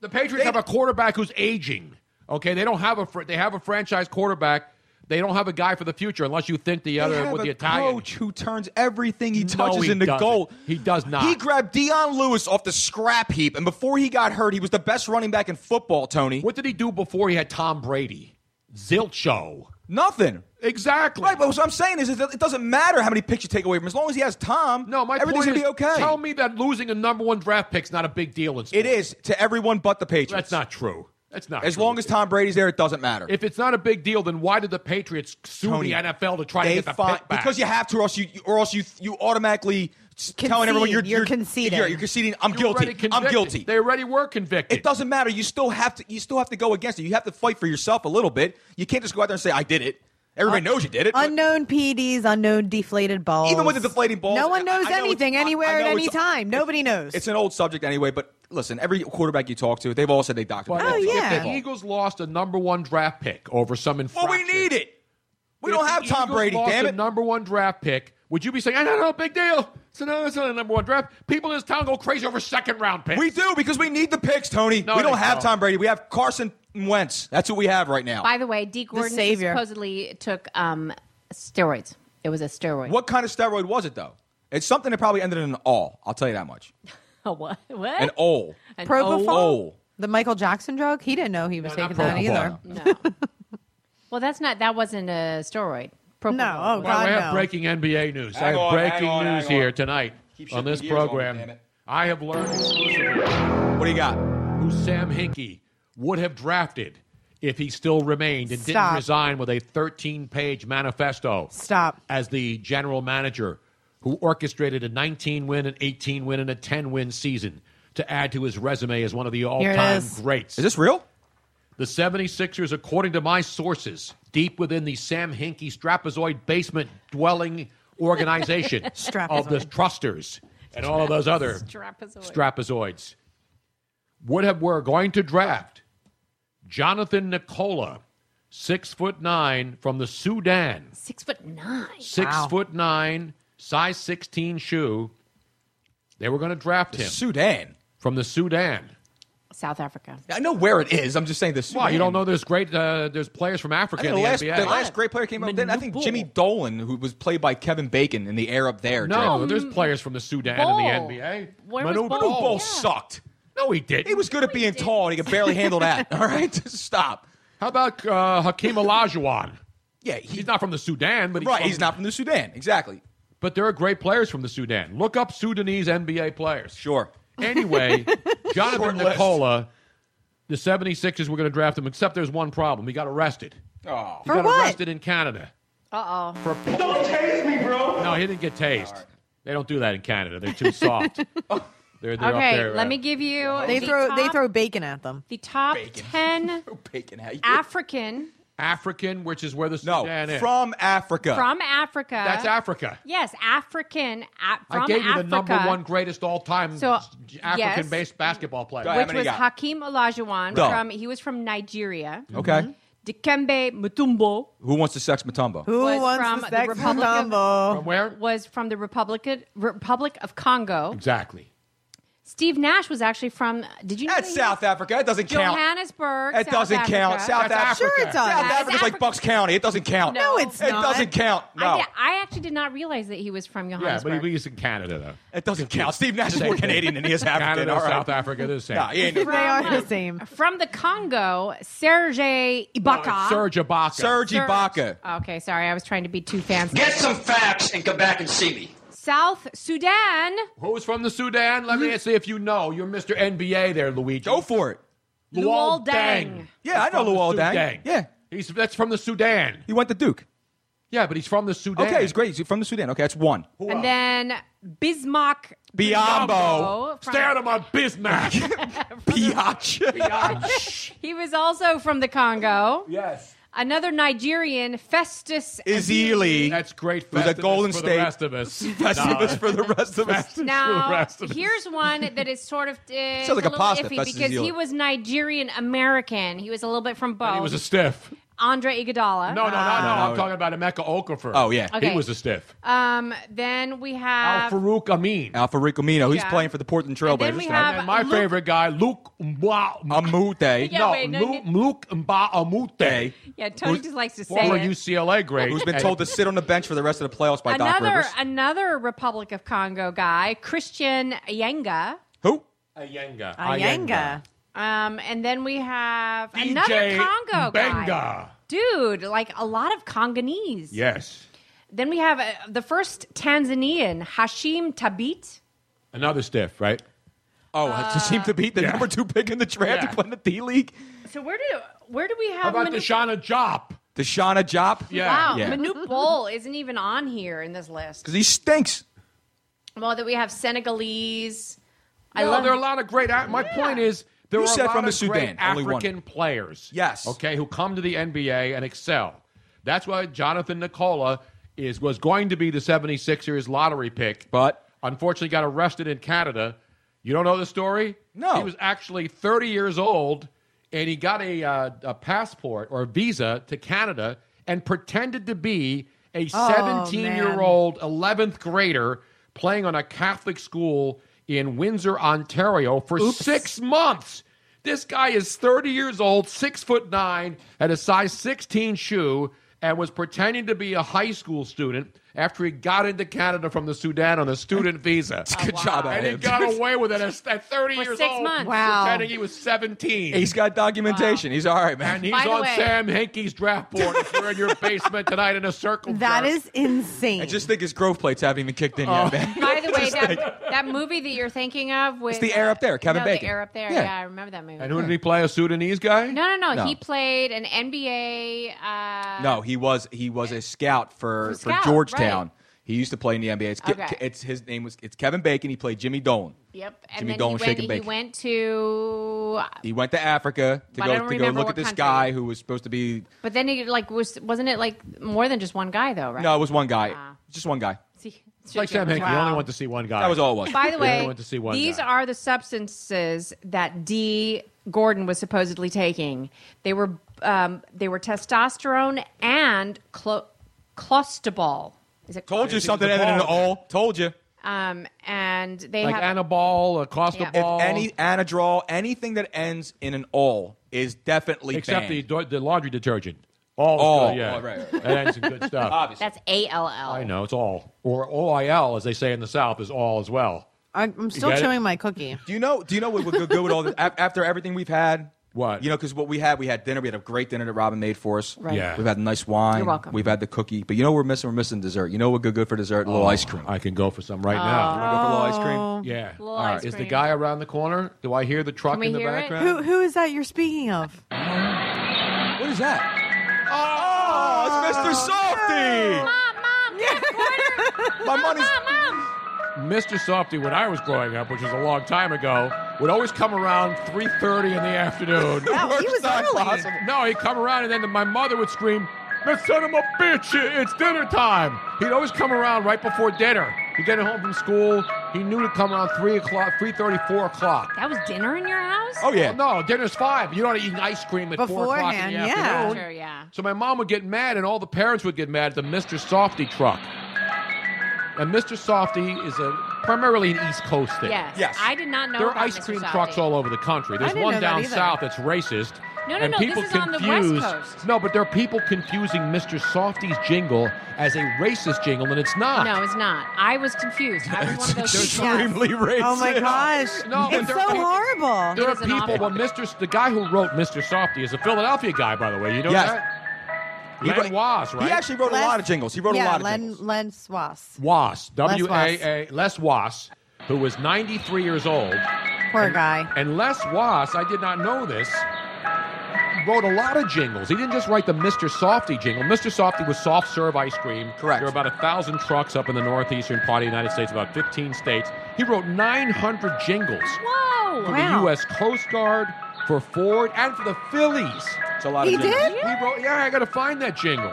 Speaker 1: The Patriots have a quarterback who's aging. Okay, they don't have a fr- they have a franchise quarterback. They don't have a guy for the future unless you think the
Speaker 4: They
Speaker 1: other
Speaker 4: have
Speaker 1: with
Speaker 4: a
Speaker 1: the Italian.
Speaker 4: coach who turns everything he
Speaker 1: No,
Speaker 4: touches
Speaker 1: he
Speaker 4: into
Speaker 1: doesn't.
Speaker 4: gold.
Speaker 1: He does not.
Speaker 4: He grabbed Dion Lewis off the scrap heap, and before he got hurt, he was the best running back in football. Tony,
Speaker 1: What did he do before he had Tom Brady? Zilch show.
Speaker 4: nothing.
Speaker 1: Exactly.
Speaker 4: Right, but what I'm saying is, is that it doesn't matter how many picks you take away from him. As long as he has Tom,
Speaker 1: No, my
Speaker 4: everything's
Speaker 1: point
Speaker 4: gonna
Speaker 1: is,
Speaker 4: be okay.
Speaker 1: Tell me that losing a number one draft pick's not a big deal in sports.
Speaker 4: it is to everyone but the Patriots.
Speaker 1: That's not true. That's not.
Speaker 4: As
Speaker 1: true.
Speaker 4: long as Tom Brady's there, it doesn't matter.
Speaker 1: if it's not a big deal, then why did the Patriots sue
Speaker 4: Tony,
Speaker 1: the NFL to try to
Speaker 4: they
Speaker 1: get the
Speaker 4: fi-
Speaker 1: pick back?
Speaker 4: because you have to, or else you, or else you, you automatically s-
Speaker 6: Concede.
Speaker 4: telling everyone you're
Speaker 6: You're conceding.
Speaker 4: You're, you're conceding. I'm
Speaker 1: You were already
Speaker 4: guilty. I'm
Speaker 1: convicted.
Speaker 4: guilty.
Speaker 1: They already were convicted.
Speaker 4: It doesn't matter. You still have to. You still have to go against it. You have to fight for yourself a little bit. You can't just go out there and say, "I did it." Everybody knows you did it. but
Speaker 6: Unknown PDs, unknown deflated balls.
Speaker 4: Even with the deflating balls,
Speaker 6: no one
Speaker 4: I- I
Speaker 6: knows
Speaker 4: know it's-
Speaker 6: anything,
Speaker 4: I- I
Speaker 6: anywhere,
Speaker 4: know
Speaker 6: at any
Speaker 4: it's-
Speaker 6: time.
Speaker 4: it-
Speaker 6: Nobody knows.
Speaker 4: it's an old subject anyway. But listen, every quarterback you talk to, they've all said they docked.
Speaker 1: But
Speaker 4: the
Speaker 6: Oh,
Speaker 4: ball.
Speaker 1: if-
Speaker 6: yeah.
Speaker 1: If the Eagles lost a number one draft pick over some
Speaker 4: Well,
Speaker 1: infraction,
Speaker 4: we need it. We
Speaker 1: If
Speaker 4: don't
Speaker 1: the
Speaker 4: have Tom
Speaker 1: Eagles
Speaker 4: Brady.
Speaker 1: lost
Speaker 4: Damn
Speaker 1: a
Speaker 4: it.
Speaker 1: number one draft pick. Would you be saying, "I don't know, big deal"? It's not, it's not a number one draft. People in this town go crazy over second round picks.
Speaker 4: We do because we need the picks, Tony.
Speaker 1: No,
Speaker 4: we don't
Speaker 1: they
Speaker 4: have
Speaker 1: don't.
Speaker 4: Tom Brady. We have Carson Wentz. That's what we have right now.
Speaker 7: By the way, D. Gordon
Speaker 6: savior.
Speaker 7: supposedly took um, steroids. It was a steroid.
Speaker 4: What kind of steroid was it though? It's something that probably ended in an all. I'll tell you that much.
Speaker 7: A what? What?
Speaker 4: An all.
Speaker 7: An
Speaker 6: Propofol?
Speaker 7: O?
Speaker 4: Oh.
Speaker 6: the Michael Jackson drug? He didn't know he was
Speaker 1: not
Speaker 6: taking that
Speaker 1: Propofol.
Speaker 6: either.
Speaker 7: No. well, that's not. That wasn't a steroid. Propofol.
Speaker 6: No, oh,
Speaker 1: Well, I
Speaker 6: God,
Speaker 1: have
Speaker 6: no.
Speaker 1: breaking NBA news. I
Speaker 4: Hang
Speaker 1: have
Speaker 4: on, hang
Speaker 1: breaking
Speaker 4: on,
Speaker 1: news
Speaker 4: hang on.
Speaker 1: here tonight
Speaker 4: Keep
Speaker 1: on this
Speaker 4: shifting gears on me,
Speaker 1: program.
Speaker 4: damn it.
Speaker 1: I have learned exclusively
Speaker 4: What do you got?
Speaker 1: who Sam Hinkie would have drafted if he still remained and didn't
Speaker 6: Stop.
Speaker 1: resign with a 13-page manifesto
Speaker 6: Stop.
Speaker 1: as the general manager who orchestrated a 19 win, an 18 win, and a 10 win season to add to his resume as one of the all-time
Speaker 6: is.
Speaker 1: greats.
Speaker 4: Is this real?
Speaker 1: The 76ers, according to my sources, deep within the Sam Hinkie Strapazoid basement dwelling organization of the
Speaker 6: Strapazoid.
Speaker 1: Trusters and all of those other
Speaker 7: Trapezoid.
Speaker 1: Strapazoids, would have were going to draft Jonathan Nicola, six foot nine from the Sudan,
Speaker 7: Six foot nine.
Speaker 1: six foot nine, size sixteen shoe. They were going to draft him
Speaker 4: Sudan.
Speaker 1: from the Sudan.
Speaker 5: South Africa.
Speaker 4: I know where it is. I'm just saying the Sudan.
Speaker 1: Why you don't know there's great uh, there's players from
Speaker 4: I
Speaker 1: Africa
Speaker 4: think
Speaker 1: in
Speaker 4: the,
Speaker 1: the,
Speaker 4: last,
Speaker 1: NBA.
Speaker 4: the last great player came up then. I think
Speaker 5: Manubul.
Speaker 4: Jimmy Dolan, who was played by Kevin Bacon in the air up there.
Speaker 1: no,
Speaker 4: drafted.
Speaker 1: there's players from the Sudan in
Speaker 5: Mm. Ball.
Speaker 1: the NBA.
Speaker 5: Where was
Speaker 1: Manu
Speaker 5: Ball?
Speaker 4: Manute Bol
Speaker 5: Yeah.
Speaker 4: sucked.
Speaker 1: No, Oh, he didn't.
Speaker 4: He was good at being tall, and he could barely handle that. All right, just stop.
Speaker 1: How about uh, Hakeem Olajuwon?
Speaker 4: Yeah, he-
Speaker 1: he's not from the Sudan, but he's
Speaker 4: Right,
Speaker 1: from-
Speaker 4: he's not from the Sudan. Exactly.
Speaker 1: But there are great players from the Sudan. Look up Sudanese NBA players.
Speaker 4: Sure.
Speaker 1: Anyway,
Speaker 4: Short
Speaker 1: Jonathan
Speaker 4: list.
Speaker 1: Nicola, the 76ers were going to draft him, except there's one problem. He got arrested.
Speaker 4: Oh.
Speaker 1: He
Speaker 6: For
Speaker 1: got
Speaker 6: what?
Speaker 1: arrested in Canada.
Speaker 5: Uh oh.
Speaker 1: For
Speaker 8: Don't tase me, bro.
Speaker 1: no, he didn't get tased. They don't do that in Canada. They're too soft. They're, they're
Speaker 5: Okay,
Speaker 1: up there,
Speaker 5: let
Speaker 1: uh,
Speaker 5: me give you.
Speaker 6: They
Speaker 5: the
Speaker 6: throw they
Speaker 5: top-
Speaker 6: throw bacon at them.
Speaker 5: the top ten
Speaker 4: Bacon, how you
Speaker 5: African
Speaker 1: African, which is where the
Speaker 4: No,
Speaker 1: Sudan is.
Speaker 4: from Africa.
Speaker 5: from Africa.
Speaker 1: That's Africa.
Speaker 5: Yes, African a- from
Speaker 1: I gave you
Speaker 5: Africa.
Speaker 1: the number one greatest all time
Speaker 5: So,
Speaker 1: African based
Speaker 5: yes.
Speaker 1: basketball player.
Speaker 4: Go ahead. How
Speaker 5: which
Speaker 4: many
Speaker 5: was
Speaker 4: you got?
Speaker 5: Hakeem Olajuwon
Speaker 4: Go.
Speaker 5: from. He was from Nigeria.
Speaker 4: Okay.
Speaker 5: Mm-hmm. Dikembe Mutombo
Speaker 4: Who wants to sex Matumbo?
Speaker 6: Who
Speaker 5: Was
Speaker 6: wants
Speaker 5: from
Speaker 6: the
Speaker 5: the
Speaker 6: sex
Speaker 5: Republic of-
Speaker 6: Mambo?
Speaker 1: From where?
Speaker 5: was from the Republic Republic of Congo.
Speaker 1: Exactly.
Speaker 5: Steve Nash was actually from. Did you know
Speaker 4: That's
Speaker 5: that he was-
Speaker 4: South Africa. That doesn't count.
Speaker 5: Johannesburg.
Speaker 4: That
Speaker 5: South
Speaker 4: doesn't
Speaker 5: Africa.
Speaker 4: count. South
Speaker 1: That's
Speaker 4: Africa.
Speaker 6: Sure, it
Speaker 4: South
Speaker 6: does.
Speaker 5: That's
Speaker 4: Africa's like
Speaker 5: Africa.
Speaker 4: Bucks County. It doesn't count.
Speaker 5: No.
Speaker 6: No, it's
Speaker 4: it
Speaker 6: not.
Speaker 4: doesn't count.
Speaker 5: I,
Speaker 4: No,
Speaker 5: di- I actually did not realize that he was from
Speaker 1: Yeah,
Speaker 5: Johannesburg.
Speaker 1: but he- he's in Canada, though.
Speaker 4: it doesn't count. Steve Nash is more Canadian than he is African.
Speaker 1: Canada,
Speaker 4: All right.
Speaker 1: South Africa, they're the same.
Speaker 4: Nah, he ain't.
Speaker 6: They are the same.
Speaker 5: from the Congo, Serge Ibaka.
Speaker 1: Serge Ibaka.
Speaker 4: Serge
Speaker 5: Serge-
Speaker 4: Ibaka.
Speaker 5: Okay, sorry, I was trying to be too fancy.
Speaker 8: Get some facts and come back and see me.
Speaker 5: South Sudan,
Speaker 1: Who's from the Sudan? Let me see if you know. You're Mr. NBA there, Luigi.
Speaker 4: Go for it.
Speaker 5: Luol Deng.
Speaker 4: Yeah, I know Luol Deng. Yeah.
Speaker 1: He's, that's from the Sudan.
Speaker 4: He went to Duke.
Speaker 1: Yeah, but he's from the Sudan.
Speaker 4: Okay, he's great. He's from the Sudan. Okay, that's one.
Speaker 5: and then Bismarck
Speaker 4: Biombo.
Speaker 5: Biombo from-
Speaker 1: Stay out of my business.
Speaker 4: Biatch.
Speaker 5: He was also from the Congo.
Speaker 1: yes.
Speaker 5: Another Nigerian, Festus
Speaker 4: Izili.
Speaker 1: That's great.
Speaker 4: Who's at
Speaker 1: Festivus
Speaker 4: Golden
Speaker 1: for
Speaker 4: State.
Speaker 1: the rest of us.
Speaker 4: Festivus for the rest of us.
Speaker 1: for the
Speaker 5: Now,
Speaker 1: rest of us.
Speaker 5: here's one that is sort of uh, it's
Speaker 4: like a
Speaker 5: little
Speaker 4: pasta,
Speaker 5: iffy
Speaker 4: Festus
Speaker 5: because
Speaker 4: Ezeli.
Speaker 5: he was Nigerian American. He was a little bit from both.
Speaker 1: He was a stiff.
Speaker 5: Andre Iguodala.
Speaker 1: No, no, no, no. I'm
Speaker 4: no.
Speaker 1: talking about Emeka Okafor.
Speaker 4: Uh, Oh, yeah.
Speaker 5: Okay.
Speaker 1: He was a stiff.
Speaker 5: Um, then we
Speaker 1: Al
Speaker 5: have
Speaker 1: Farouk Amin.
Speaker 4: Alpha Ricomino. He's
Speaker 5: Yeah.
Speaker 4: playing for the Portland Trailblazers.
Speaker 5: And then we
Speaker 4: now.
Speaker 5: have-
Speaker 1: and my
Speaker 5: Luke-
Speaker 1: favorite guy, Luke Mba.
Speaker 4: Amute.
Speaker 5: Yeah,
Speaker 1: no,
Speaker 5: wait, no,
Speaker 1: Luke,
Speaker 5: you-
Speaker 1: Luke Mba Amute.
Speaker 5: yeah. Tony
Speaker 4: Who's-
Speaker 5: just likes to say
Speaker 1: Former
Speaker 5: it.
Speaker 1: UCLA great.
Speaker 4: who's been told to sit on the bench for the rest of the playoffs by Doc
Speaker 5: another
Speaker 4: Rivers.
Speaker 5: another Republic of Congo guy, Christian Yenga.
Speaker 4: Who?
Speaker 1: Ayenga.
Speaker 6: Ayanga.
Speaker 5: Um, and then we have
Speaker 1: DJ
Speaker 5: another Congo guy.
Speaker 1: Benga.
Speaker 5: Dude, like a lot of Congolese.
Speaker 1: Yes.
Speaker 5: Then we have uh, the first Tanzanian, Hashim Tabit.
Speaker 1: Another stiff, right?
Speaker 4: Oh, it just seemed to be the
Speaker 1: yeah.
Speaker 4: number two pick in the draft
Speaker 1: Yeah.
Speaker 4: to play in the D League.
Speaker 5: So where do where do we have
Speaker 1: How about
Speaker 5: Manu-
Speaker 1: Deshana Jop?
Speaker 4: Deshauna Jop.
Speaker 1: Yeah.
Speaker 5: Wow,
Speaker 4: Yeah.
Speaker 5: Manute Bol isn't even on here in this list.
Speaker 4: Because he stinks.
Speaker 5: Well, that we have Senegalese. I
Speaker 1: No,
Speaker 5: love
Speaker 1: there are a lot of great. a- My point is, there
Speaker 4: You
Speaker 1: are
Speaker 4: said
Speaker 1: a lot
Speaker 4: from
Speaker 1: of
Speaker 4: the
Speaker 1: great
Speaker 4: Sudan, only one.
Speaker 1: African players.
Speaker 4: Yes.
Speaker 1: Okay, who come to the NBA and excel. That's why Jonathan Nicola is was going to be the 76ers lottery pick,
Speaker 4: But-
Speaker 1: unfortunately got arrested in Canada. You don't know the story?
Speaker 4: No.
Speaker 1: He was actually 30 years old, and he got a uh, a passport or a visa to Canada and pretended to be a 17 year old 11th grader playing on a Catholic school in Windsor, Ontario for six months. This guy is 30 years old, six foot nine, had a size 16 shoe, and was pretending to be a high school student after he got into Canada from the Sudan on a student visa.
Speaker 4: Good job at
Speaker 1: And he
Speaker 4: him.
Speaker 1: got away with it at at 30
Speaker 5: For
Speaker 1: years
Speaker 5: six
Speaker 1: old,
Speaker 5: months.
Speaker 6: Wow.
Speaker 1: pretending he was 17.
Speaker 4: He's got documentation. He's all right, man.
Speaker 1: and he's
Speaker 5: By the
Speaker 1: on
Speaker 5: way-
Speaker 1: Sam Hankey's draft board if you're in your basement tonight in a circle.
Speaker 6: That
Speaker 1: jerk.
Speaker 6: is insane.
Speaker 4: I just think his growth plates haven't even kicked in yet, man.
Speaker 5: By the way, that, that movie that you're thinking of with uh,
Speaker 4: It's the air up there, Kevin
Speaker 5: no,
Speaker 4: Bacon.
Speaker 5: The air up there.
Speaker 4: Yeah.
Speaker 5: Yeah. I remember that movie.
Speaker 1: And who did he play? A Sudanese guy?
Speaker 5: no, no, no,
Speaker 4: No.
Speaker 5: He played an NBA. Uh,
Speaker 4: No, he was he was a scout for,
Speaker 5: For
Speaker 4: for
Speaker 5: scout,
Speaker 4: Georgetown.
Speaker 5: right.
Speaker 4: He used to play in the NBA. It's, Ke-
Speaker 5: Okay.
Speaker 4: Ke- it's his name was it's Kevin Bacon. He played Jimmy Dolan.
Speaker 5: Yep. And
Speaker 4: Jimmy
Speaker 5: then
Speaker 4: Dolan,
Speaker 5: he,
Speaker 4: Shake and
Speaker 5: went, he
Speaker 4: Bake.
Speaker 5: went to,
Speaker 4: He went to Africa to
Speaker 5: But I
Speaker 4: go
Speaker 5: don't
Speaker 4: to go
Speaker 5: remember
Speaker 4: look at
Speaker 5: what
Speaker 4: this
Speaker 5: country.
Speaker 4: guy who was supposed to be.
Speaker 5: but then he like was wasn't it like more than just one guy though, right?
Speaker 4: No, it was one guy.
Speaker 5: Ah.
Speaker 4: Just one guy.
Speaker 5: See, it's
Speaker 1: It's like Sam Hankey.
Speaker 5: Wow.
Speaker 1: You only went to see one guy.
Speaker 4: That was all it was.
Speaker 5: By the
Speaker 1: We only
Speaker 5: way,
Speaker 1: went to see one
Speaker 5: these
Speaker 1: guy.
Speaker 5: are the substances that D. Gordon was supposedly taking. They were um, they were testosterone and clo- clostebol. Is it
Speaker 4: Told you
Speaker 1: It's the
Speaker 4: something other than an
Speaker 1: ball.
Speaker 4: all. Told you.
Speaker 7: Um, and they
Speaker 1: Like
Speaker 7: have
Speaker 1: Anna Ball, Acosta
Speaker 7: Yeah. If
Speaker 4: If
Speaker 1: Ball.
Speaker 4: any Anadrol, anything that ends in an all is definitely
Speaker 1: except the,
Speaker 4: banned.
Speaker 1: do- the laundry detergent. All, is
Speaker 4: All.
Speaker 1: good, yeah.
Speaker 4: Oh, right, right,
Speaker 1: That ain't some good stuff.
Speaker 4: Obviously.
Speaker 5: That's A L
Speaker 1: I
Speaker 5: L.
Speaker 1: know it's all or OIL as they say in the South is all as well.
Speaker 6: I'm I'm still
Speaker 1: got it?
Speaker 6: chewing my cookie.
Speaker 4: Do you know? Do you know what would go good with all this? Af- After everything we've had,
Speaker 1: What?
Speaker 4: you know? Because what we had, we had dinner. We had a great dinner that Robin made for us.
Speaker 6: Right.
Speaker 1: Yeah.
Speaker 4: We've had nice wine.
Speaker 7: You're welcome.
Speaker 4: We've had the cookie, but you know what we're missing? We're missing dessert. You know what would go good for dessert? A
Speaker 1: Oh.
Speaker 4: little ice cream.
Speaker 1: I can go for some right now.
Speaker 4: Wanna go for a little ice cream?
Speaker 1: Yeah.
Speaker 5: Little ice
Speaker 1: Is the
Speaker 5: cream.
Speaker 1: guy around the corner? Do I hear the truck
Speaker 7: Can we
Speaker 1: in the
Speaker 7: hear it?
Speaker 1: background?
Speaker 6: Who who is that you're speaking of?
Speaker 4: What is that? Oh, it's Mr. Softy.
Speaker 5: Mom, mom,
Speaker 4: My money's.
Speaker 5: mom, mom.
Speaker 1: Mr. Softy, when I was growing up, which was a long time ago, would always come around 3.30 in the afternoon.
Speaker 6: Wow, he was
Speaker 4: not
Speaker 6: early.
Speaker 4: possible.
Speaker 1: no, he'd come around, and then my mother would scream, "Let's son of a bitch, it- it's dinner time. He'd always come around right before dinner. He'd get home from school. He knew to come around 3 o'clock, 3.30, 4 o'clock.
Speaker 5: That was dinner in your house?
Speaker 4: Oh yeah.
Speaker 1: Well, no, dinner's 5. You don't eat ice cream at 4 o'clock in
Speaker 6: Beforehand,
Speaker 1: the
Speaker 6: yeah.
Speaker 1: afternoon.
Speaker 5: Sure, yeah.
Speaker 1: So my mom would get mad, and all the parents would get mad at the Mr. Softy truck. And Mr. Softy is a primarily an East Coast thing.
Speaker 5: Yes.
Speaker 4: Yes.
Speaker 5: I did not know
Speaker 1: There are
Speaker 5: about
Speaker 1: ice
Speaker 5: Mr.
Speaker 1: cream
Speaker 5: Softy.
Speaker 1: trucks all over the country. There's
Speaker 6: didn't
Speaker 1: one
Speaker 6: know that
Speaker 1: down
Speaker 6: either.
Speaker 1: south that's racist.
Speaker 5: No, no,
Speaker 1: and
Speaker 5: no, this
Speaker 1: People
Speaker 5: is on the
Speaker 1: confuse,
Speaker 5: West Coast.
Speaker 1: No, but there are people confusing Mr. Softy's jingle as a racist jingle, and it's not.
Speaker 5: No, it's not. I was confused. I was one of those people.
Speaker 4: Extremely racist.
Speaker 6: Oh my gosh.
Speaker 1: No, but
Speaker 6: it's
Speaker 1: they're-
Speaker 6: so horrible.
Speaker 1: There are
Speaker 5: It was an
Speaker 1: people. Well,
Speaker 5: odd-
Speaker 1: Mr. S- The guy who wrote Mr. Softy is a Philadelphia guy, by the way. You know
Speaker 4: Yes.
Speaker 1: that?
Speaker 4: He wrote-
Speaker 1: Len Was, right?
Speaker 4: He actually wrote a lot of jingles. He wrote
Speaker 6: yeah,
Speaker 4: a lot of
Speaker 6: Len,
Speaker 4: jingles.
Speaker 6: Len Swass.
Speaker 1: Was W
Speaker 6: Wass.
Speaker 1: A A Les Was, who was 93 years old,
Speaker 6: Poor guy.
Speaker 1: and Les Was, I did not know this, wrote a lot of jingles. He didn't just write the Mr. Softy jingle. Mr. Softy was soft serve ice cream.
Speaker 4: Correct.
Speaker 1: There were about a thousand trucks up in the northeastern part of the United States, about 15 states. He wrote 900 jingles
Speaker 5: Whoa.
Speaker 1: for
Speaker 6: Wow.
Speaker 1: the U.S. Coast Guard, for Ford, and for the Phillies.
Speaker 4: It's a lot
Speaker 6: He
Speaker 4: of jingles.
Speaker 6: did?
Speaker 1: He wrote, yeah, I got to find that jingle.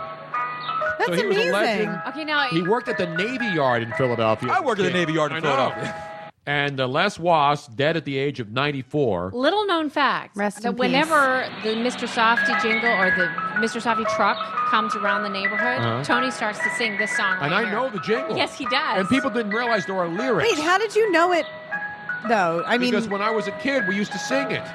Speaker 6: That's
Speaker 1: so he was a
Speaker 6: amazing.
Speaker 1: legend.
Speaker 5: Okay, now
Speaker 1: He worked at the Navy Yard in Philadelphia.
Speaker 4: I worked at the Navy Yard in
Speaker 1: I know.
Speaker 4: Philadelphia.
Speaker 1: And uh, Les Was, dead at the age of 94.
Speaker 5: little known fact
Speaker 6: Rest
Speaker 5: that
Speaker 6: in peace.
Speaker 5: whenever the Mr. Softy jingle or the Mr. Softy truck comes around the neighborhood,
Speaker 1: Uh-huh.
Speaker 5: Tony starts to sing this song.
Speaker 1: And
Speaker 5: right
Speaker 1: I
Speaker 5: here.
Speaker 1: know the jingle.
Speaker 5: Yes, he does.
Speaker 1: And people didn't realize there are lyrics.
Speaker 6: Wait, how did you know it though? I mean,
Speaker 1: because when I was a kid, we used to sing it.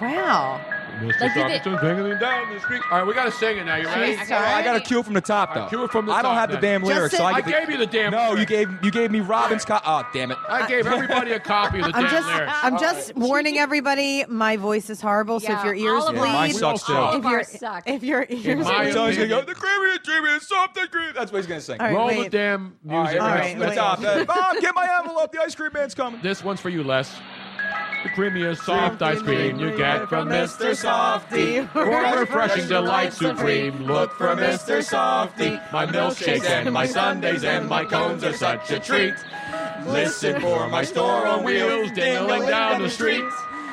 Speaker 6: wow.
Speaker 1: Mr.
Speaker 5: Like, did they-
Speaker 1: Softy, ding-a-ding down the street. All right, we got to sing it now. You ready?
Speaker 5: Okay,
Speaker 6: Jesus.
Speaker 5: okay.
Speaker 4: Oh, I got a cue from the top
Speaker 1: All
Speaker 4: though.
Speaker 1: right, cue it from the
Speaker 4: I don't
Speaker 1: top
Speaker 4: have the
Speaker 1: then.
Speaker 4: damn lyrics.
Speaker 6: Just
Speaker 4: So
Speaker 6: say-
Speaker 4: I,
Speaker 1: I
Speaker 4: get the-
Speaker 1: gave you the damn
Speaker 4: No, you
Speaker 1: lyrics.
Speaker 4: gave you gave me Robin's. Co- oh damn it!
Speaker 1: I gave everybody a copy of the
Speaker 6: I'm
Speaker 1: damn
Speaker 6: just
Speaker 1: lyrics.
Speaker 6: I'm just warning everybody my voice is horrible, so
Speaker 5: Yeah,
Speaker 6: if your ears
Speaker 5: all of
Speaker 6: bleed,
Speaker 5: our-
Speaker 4: Mine
Speaker 5: we
Speaker 4: sucks
Speaker 5: all- all
Speaker 4: too.
Speaker 5: of
Speaker 6: if
Speaker 5: our
Speaker 6: your
Speaker 5: suck.
Speaker 6: if your ears
Speaker 1: my
Speaker 6: are
Speaker 4: So he's gonna go,
Speaker 1: opinion-
Speaker 4: the creamy, dreamy, is something creamy. That's what he's gonna sing.
Speaker 6: All right,
Speaker 1: Roll the
Speaker 6: wait.
Speaker 1: damn music.
Speaker 6: all
Speaker 4: All
Speaker 6: right,
Speaker 4: right,
Speaker 6: wait.
Speaker 4: Stop that. Mom, get my envelope. The ice cream man's coming.
Speaker 1: This one's for you, Les. The creamiest soft ice cream you get from Mr. Softy. For refreshing delight supreme, look for Mr. Softy. My milkshakes and my sundaes and my cones are such a treat. Listen for my store on wheels dingling down the street.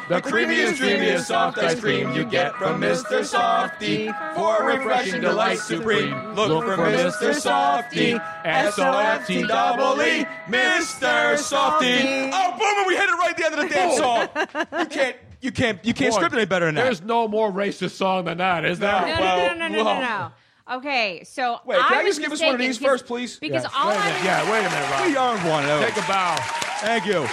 Speaker 1: The creamiest, dreamiest soft ice cream you get from Mr. Softy. For refreshing delight supreme, look for Mr. Softy. S-O-F-T double E,
Speaker 4: Mr. Softy. Oh, boomer, we hit it right at the end of the damn song. You can't, you can't, you can't
Speaker 1: Boy,
Speaker 4: script it any better than that.
Speaker 1: There's no more racist song than that, is there?
Speaker 4: No.
Speaker 5: No,
Speaker 4: Well,
Speaker 5: no, no, no, no, no,
Speaker 4: well.
Speaker 5: no. Okay, so
Speaker 4: Wait, can I
Speaker 5: was
Speaker 4: just give us one of
Speaker 5: mistaken
Speaker 4: these
Speaker 5: because-
Speaker 4: first, please?
Speaker 5: Because all
Speaker 1: wait a
Speaker 5: I
Speaker 1: minute.
Speaker 5: was-
Speaker 1: Yeah, wait a minute, Rob.
Speaker 4: we earned one. Oh.
Speaker 1: Take a bow.
Speaker 4: Thank you.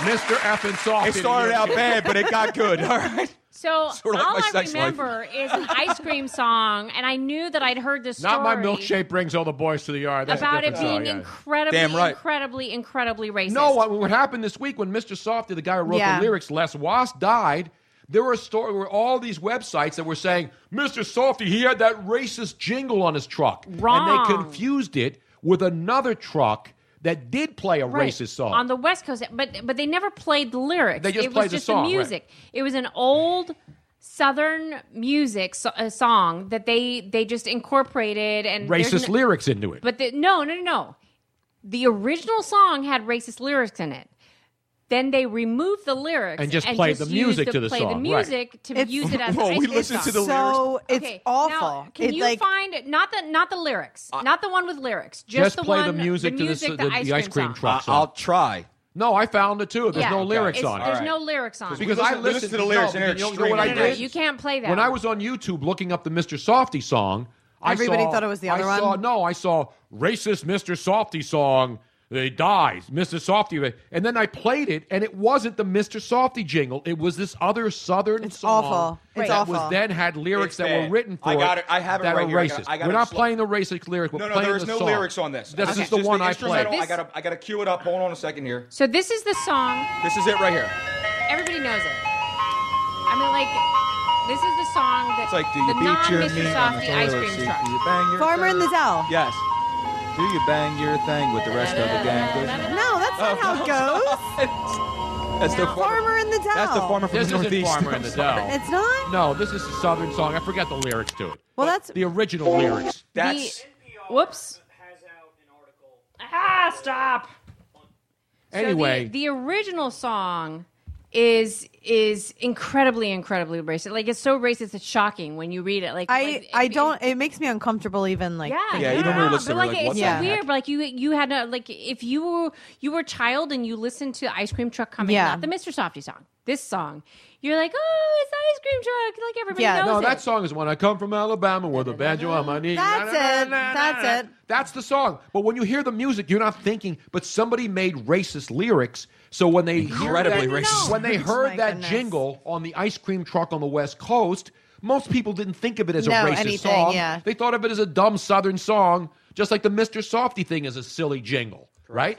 Speaker 1: Mr. Effing Soft.
Speaker 4: It started out bad, but it got good. All right.
Speaker 5: so
Speaker 4: Sort of like
Speaker 5: all
Speaker 4: my
Speaker 5: I
Speaker 4: sex life.
Speaker 5: remember is an ice cream song, and I knew that I'd heard this
Speaker 1: Not my
Speaker 5: story
Speaker 1: milkshake brings all the boys to the yard. That's a
Speaker 5: about it
Speaker 1: different
Speaker 5: being
Speaker 1: song, yeah.
Speaker 5: incredibly,
Speaker 4: Damn right.
Speaker 5: incredibly, incredibly racist.
Speaker 1: No, what, what happened this week when Mr. Softy, the guy who wrote
Speaker 6: Yeah.
Speaker 1: the lyrics, Les Was died, there were a story where all these websites that were saying, Mr. Softy, he had that racist jingle on his truck.
Speaker 5: Wrong.
Speaker 1: And they confused it with another truck that did play a
Speaker 5: Right.
Speaker 1: racist song.
Speaker 5: on the West Coast, but but they never played the lyrics.
Speaker 1: They just
Speaker 5: it
Speaker 1: played
Speaker 5: was
Speaker 1: the
Speaker 5: just
Speaker 1: song, right.
Speaker 5: music. It was an old Southern music so, uh, song that they they just incorporated and there's
Speaker 1: racist
Speaker 5: no-
Speaker 1: lyrics into it.
Speaker 5: But the, no, no, no, no. The original song had racist lyrics in it. Then they removed the lyrics
Speaker 1: And just played the
Speaker 5: used
Speaker 1: music to the
Speaker 5: play
Speaker 1: song,
Speaker 5: The
Speaker 1: right.
Speaker 5: music to
Speaker 6: It's-
Speaker 5: use it as. an
Speaker 4: Whoa,
Speaker 5: ice
Speaker 4: we
Speaker 5: cream
Speaker 4: listened to
Speaker 5: song.
Speaker 4: the
Speaker 6: so it's
Speaker 5: Okay,
Speaker 6: awful.
Speaker 5: Now, can
Speaker 6: It,
Speaker 5: you
Speaker 6: like,
Speaker 5: find not the not the lyrics, not the one with lyrics, just,
Speaker 1: Uh, Just play
Speaker 5: one,
Speaker 1: the music to the s-
Speaker 5: music,
Speaker 1: the- the ice cream
Speaker 5: song.
Speaker 1: truck.
Speaker 4: I- I'll try.
Speaker 1: no, I found it too. There's
Speaker 5: Yeah.
Speaker 1: no lyrics
Speaker 5: It's-
Speaker 1: on it.
Speaker 5: There's
Speaker 4: All
Speaker 5: no
Speaker 4: right.
Speaker 5: lyrics on it.
Speaker 1: Because
Speaker 4: We
Speaker 1: I
Speaker 4: listen- we listen
Speaker 1: listened
Speaker 4: to the lyrics
Speaker 1: no,
Speaker 4: and they're
Speaker 1: you know- you know what
Speaker 4: extremely
Speaker 1: I
Speaker 5: No,
Speaker 1: did?
Speaker 5: no, you can't play that.
Speaker 1: When I was on YouTube looking up the Mr. Softy song, I
Speaker 6: Everybody
Speaker 1: saw-
Speaker 6: thought it was the other
Speaker 1: I Saw,
Speaker 6: one?
Speaker 1: no, I saw racist Mr. Softy song, They dies, Mr. Softy. And then I played it, and it wasn't the Mr. Softy jingle. It was this other Southern
Speaker 6: It's
Speaker 1: song
Speaker 6: awful. It's
Speaker 1: that
Speaker 6: awful.
Speaker 1: was then had lyrics
Speaker 4: It's
Speaker 1: that
Speaker 4: bad.
Speaker 1: were written for
Speaker 4: I got it. I have it
Speaker 1: that
Speaker 4: right
Speaker 1: are
Speaker 4: here. I
Speaker 1: racist.
Speaker 4: got- I got
Speaker 1: we're
Speaker 4: it
Speaker 1: not
Speaker 4: slow.
Speaker 1: playing the racist lyrics. We're
Speaker 4: No, no,
Speaker 1: playing
Speaker 4: there's
Speaker 1: the
Speaker 4: no
Speaker 1: song.
Speaker 4: lyrics on this.
Speaker 1: This
Speaker 4: Okay.
Speaker 1: is the
Speaker 4: Just
Speaker 1: one I
Speaker 4: instrumental.
Speaker 1: played.
Speaker 4: I gotta, I gotta cue it up. Hold on a second here.
Speaker 5: So this is the song.
Speaker 4: This is it right here.
Speaker 5: Everybody knows it. I mean, like, this is the song that
Speaker 4: It's like, do you
Speaker 5: the
Speaker 4: beat your meat
Speaker 5: non-Mr.
Speaker 4: on the
Speaker 5: Softy ice
Speaker 4: toilet seat?
Speaker 5: cream
Speaker 4: Do you
Speaker 5: truck.
Speaker 4: bang your
Speaker 6: Farmer in the
Speaker 4: thing?
Speaker 6: Zell.
Speaker 4: Yes. Do you bang your thing with the rest of the gang?
Speaker 6: No, that's
Speaker 4: Oh.
Speaker 6: not how it goes.
Speaker 4: That's the farmer.
Speaker 6: Farmer in the Zell.
Speaker 4: That's the farmer from
Speaker 1: This
Speaker 4: the
Speaker 1: isn't
Speaker 4: northeast.
Speaker 1: Farmer in the Dell.
Speaker 6: It's not.
Speaker 1: No, this is a Southern song. I forgot the lyrics to it.
Speaker 6: Well, that's
Speaker 1: The original lyrics.
Speaker 4: That's
Speaker 5: The, whoops. Ah, stop.
Speaker 1: Anyway,
Speaker 5: so the, the original song is is incredibly, incredibly racist. Like, it's so racist, it's shocking when you read it. Like, like,
Speaker 6: I.
Speaker 5: it-
Speaker 6: I don't. It makes me uncomfortable even like.
Speaker 5: Yeah,
Speaker 6: thinking
Speaker 4: Yeah, you don't really listen
Speaker 5: but
Speaker 4: to it,
Speaker 5: like,
Speaker 4: like, what
Speaker 5: it's
Speaker 6: the
Speaker 5: so
Speaker 6: heck?
Speaker 5: weird. But like you, you had a, like if you were you were a child and you listened to Ice Cream Truck coming,
Speaker 6: Yeah.
Speaker 5: not the Mr. Softy song, this song, you're like, oh, it's Ice Cream Truck, like everybody
Speaker 6: Yeah,
Speaker 5: knows
Speaker 1: No,
Speaker 5: it.
Speaker 1: that song is when I come from Alabama where the banjo on my knee.
Speaker 6: That's it. That's it.
Speaker 1: That's the song. But when you hear the music, you're not thinking, but somebody made racist lyrics. So when they
Speaker 4: Incredibly
Speaker 1: heard that,
Speaker 4: racist.
Speaker 1: When they heard
Speaker 6: My
Speaker 1: that
Speaker 6: goodness.
Speaker 1: jingle on the ice cream truck on the West Coast, most people didn't think of it as a
Speaker 6: No,
Speaker 1: racist
Speaker 6: anything,
Speaker 1: song.
Speaker 6: yeah.
Speaker 1: They thought of it as a dumb Southern song, just like the Mr. Softy thing is a silly jingle, right?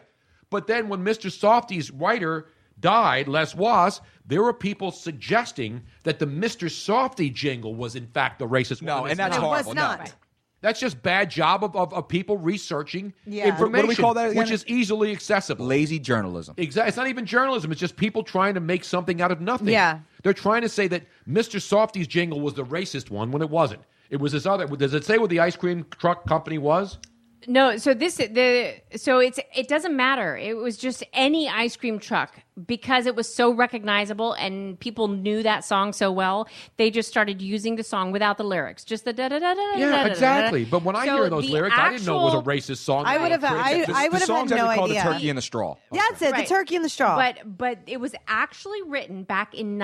Speaker 1: But then when Mr. Softy's writer died, Les Was, there were people suggesting that the Mr. Softy jingle was in fact the racist
Speaker 4: no,
Speaker 1: one.
Speaker 4: and
Speaker 1: It's
Speaker 4: that's
Speaker 6: It
Speaker 1: not.
Speaker 6: was
Speaker 4: horrible. No.
Speaker 6: not.
Speaker 1: That's just bad job of, of, of people researching
Speaker 6: Yeah. What-
Speaker 1: information,
Speaker 4: what do we call that again?
Speaker 1: which is easily accessible.
Speaker 4: Lazy journalism.
Speaker 1: Exactly. It's not even journalism. It's just people trying to make something out of nothing.
Speaker 6: Yeah.
Speaker 1: They're trying to say that Mr. Softy's jingle was the racist one when it wasn't. It was this other. Does it say what the ice cream truck company was?
Speaker 5: No, so this the so it's it doesn't matter. It was just any ice cream truck because it was so recognizable and people knew that song so well. They just started using the song without the lyrics, just the da da da da.
Speaker 1: Yeah, exactly. But when I hear those lyrics, I didn't know it was a racist song.
Speaker 6: I would have. I,
Speaker 4: The,
Speaker 6: I
Speaker 4: the
Speaker 6: would have had
Speaker 4: song's
Speaker 6: no
Speaker 4: actually called
Speaker 6: idea.
Speaker 4: the turkey and the straw.
Speaker 6: That's it.
Speaker 5: Right.
Speaker 6: The turkey and the straw.
Speaker 5: But but it was actually written back in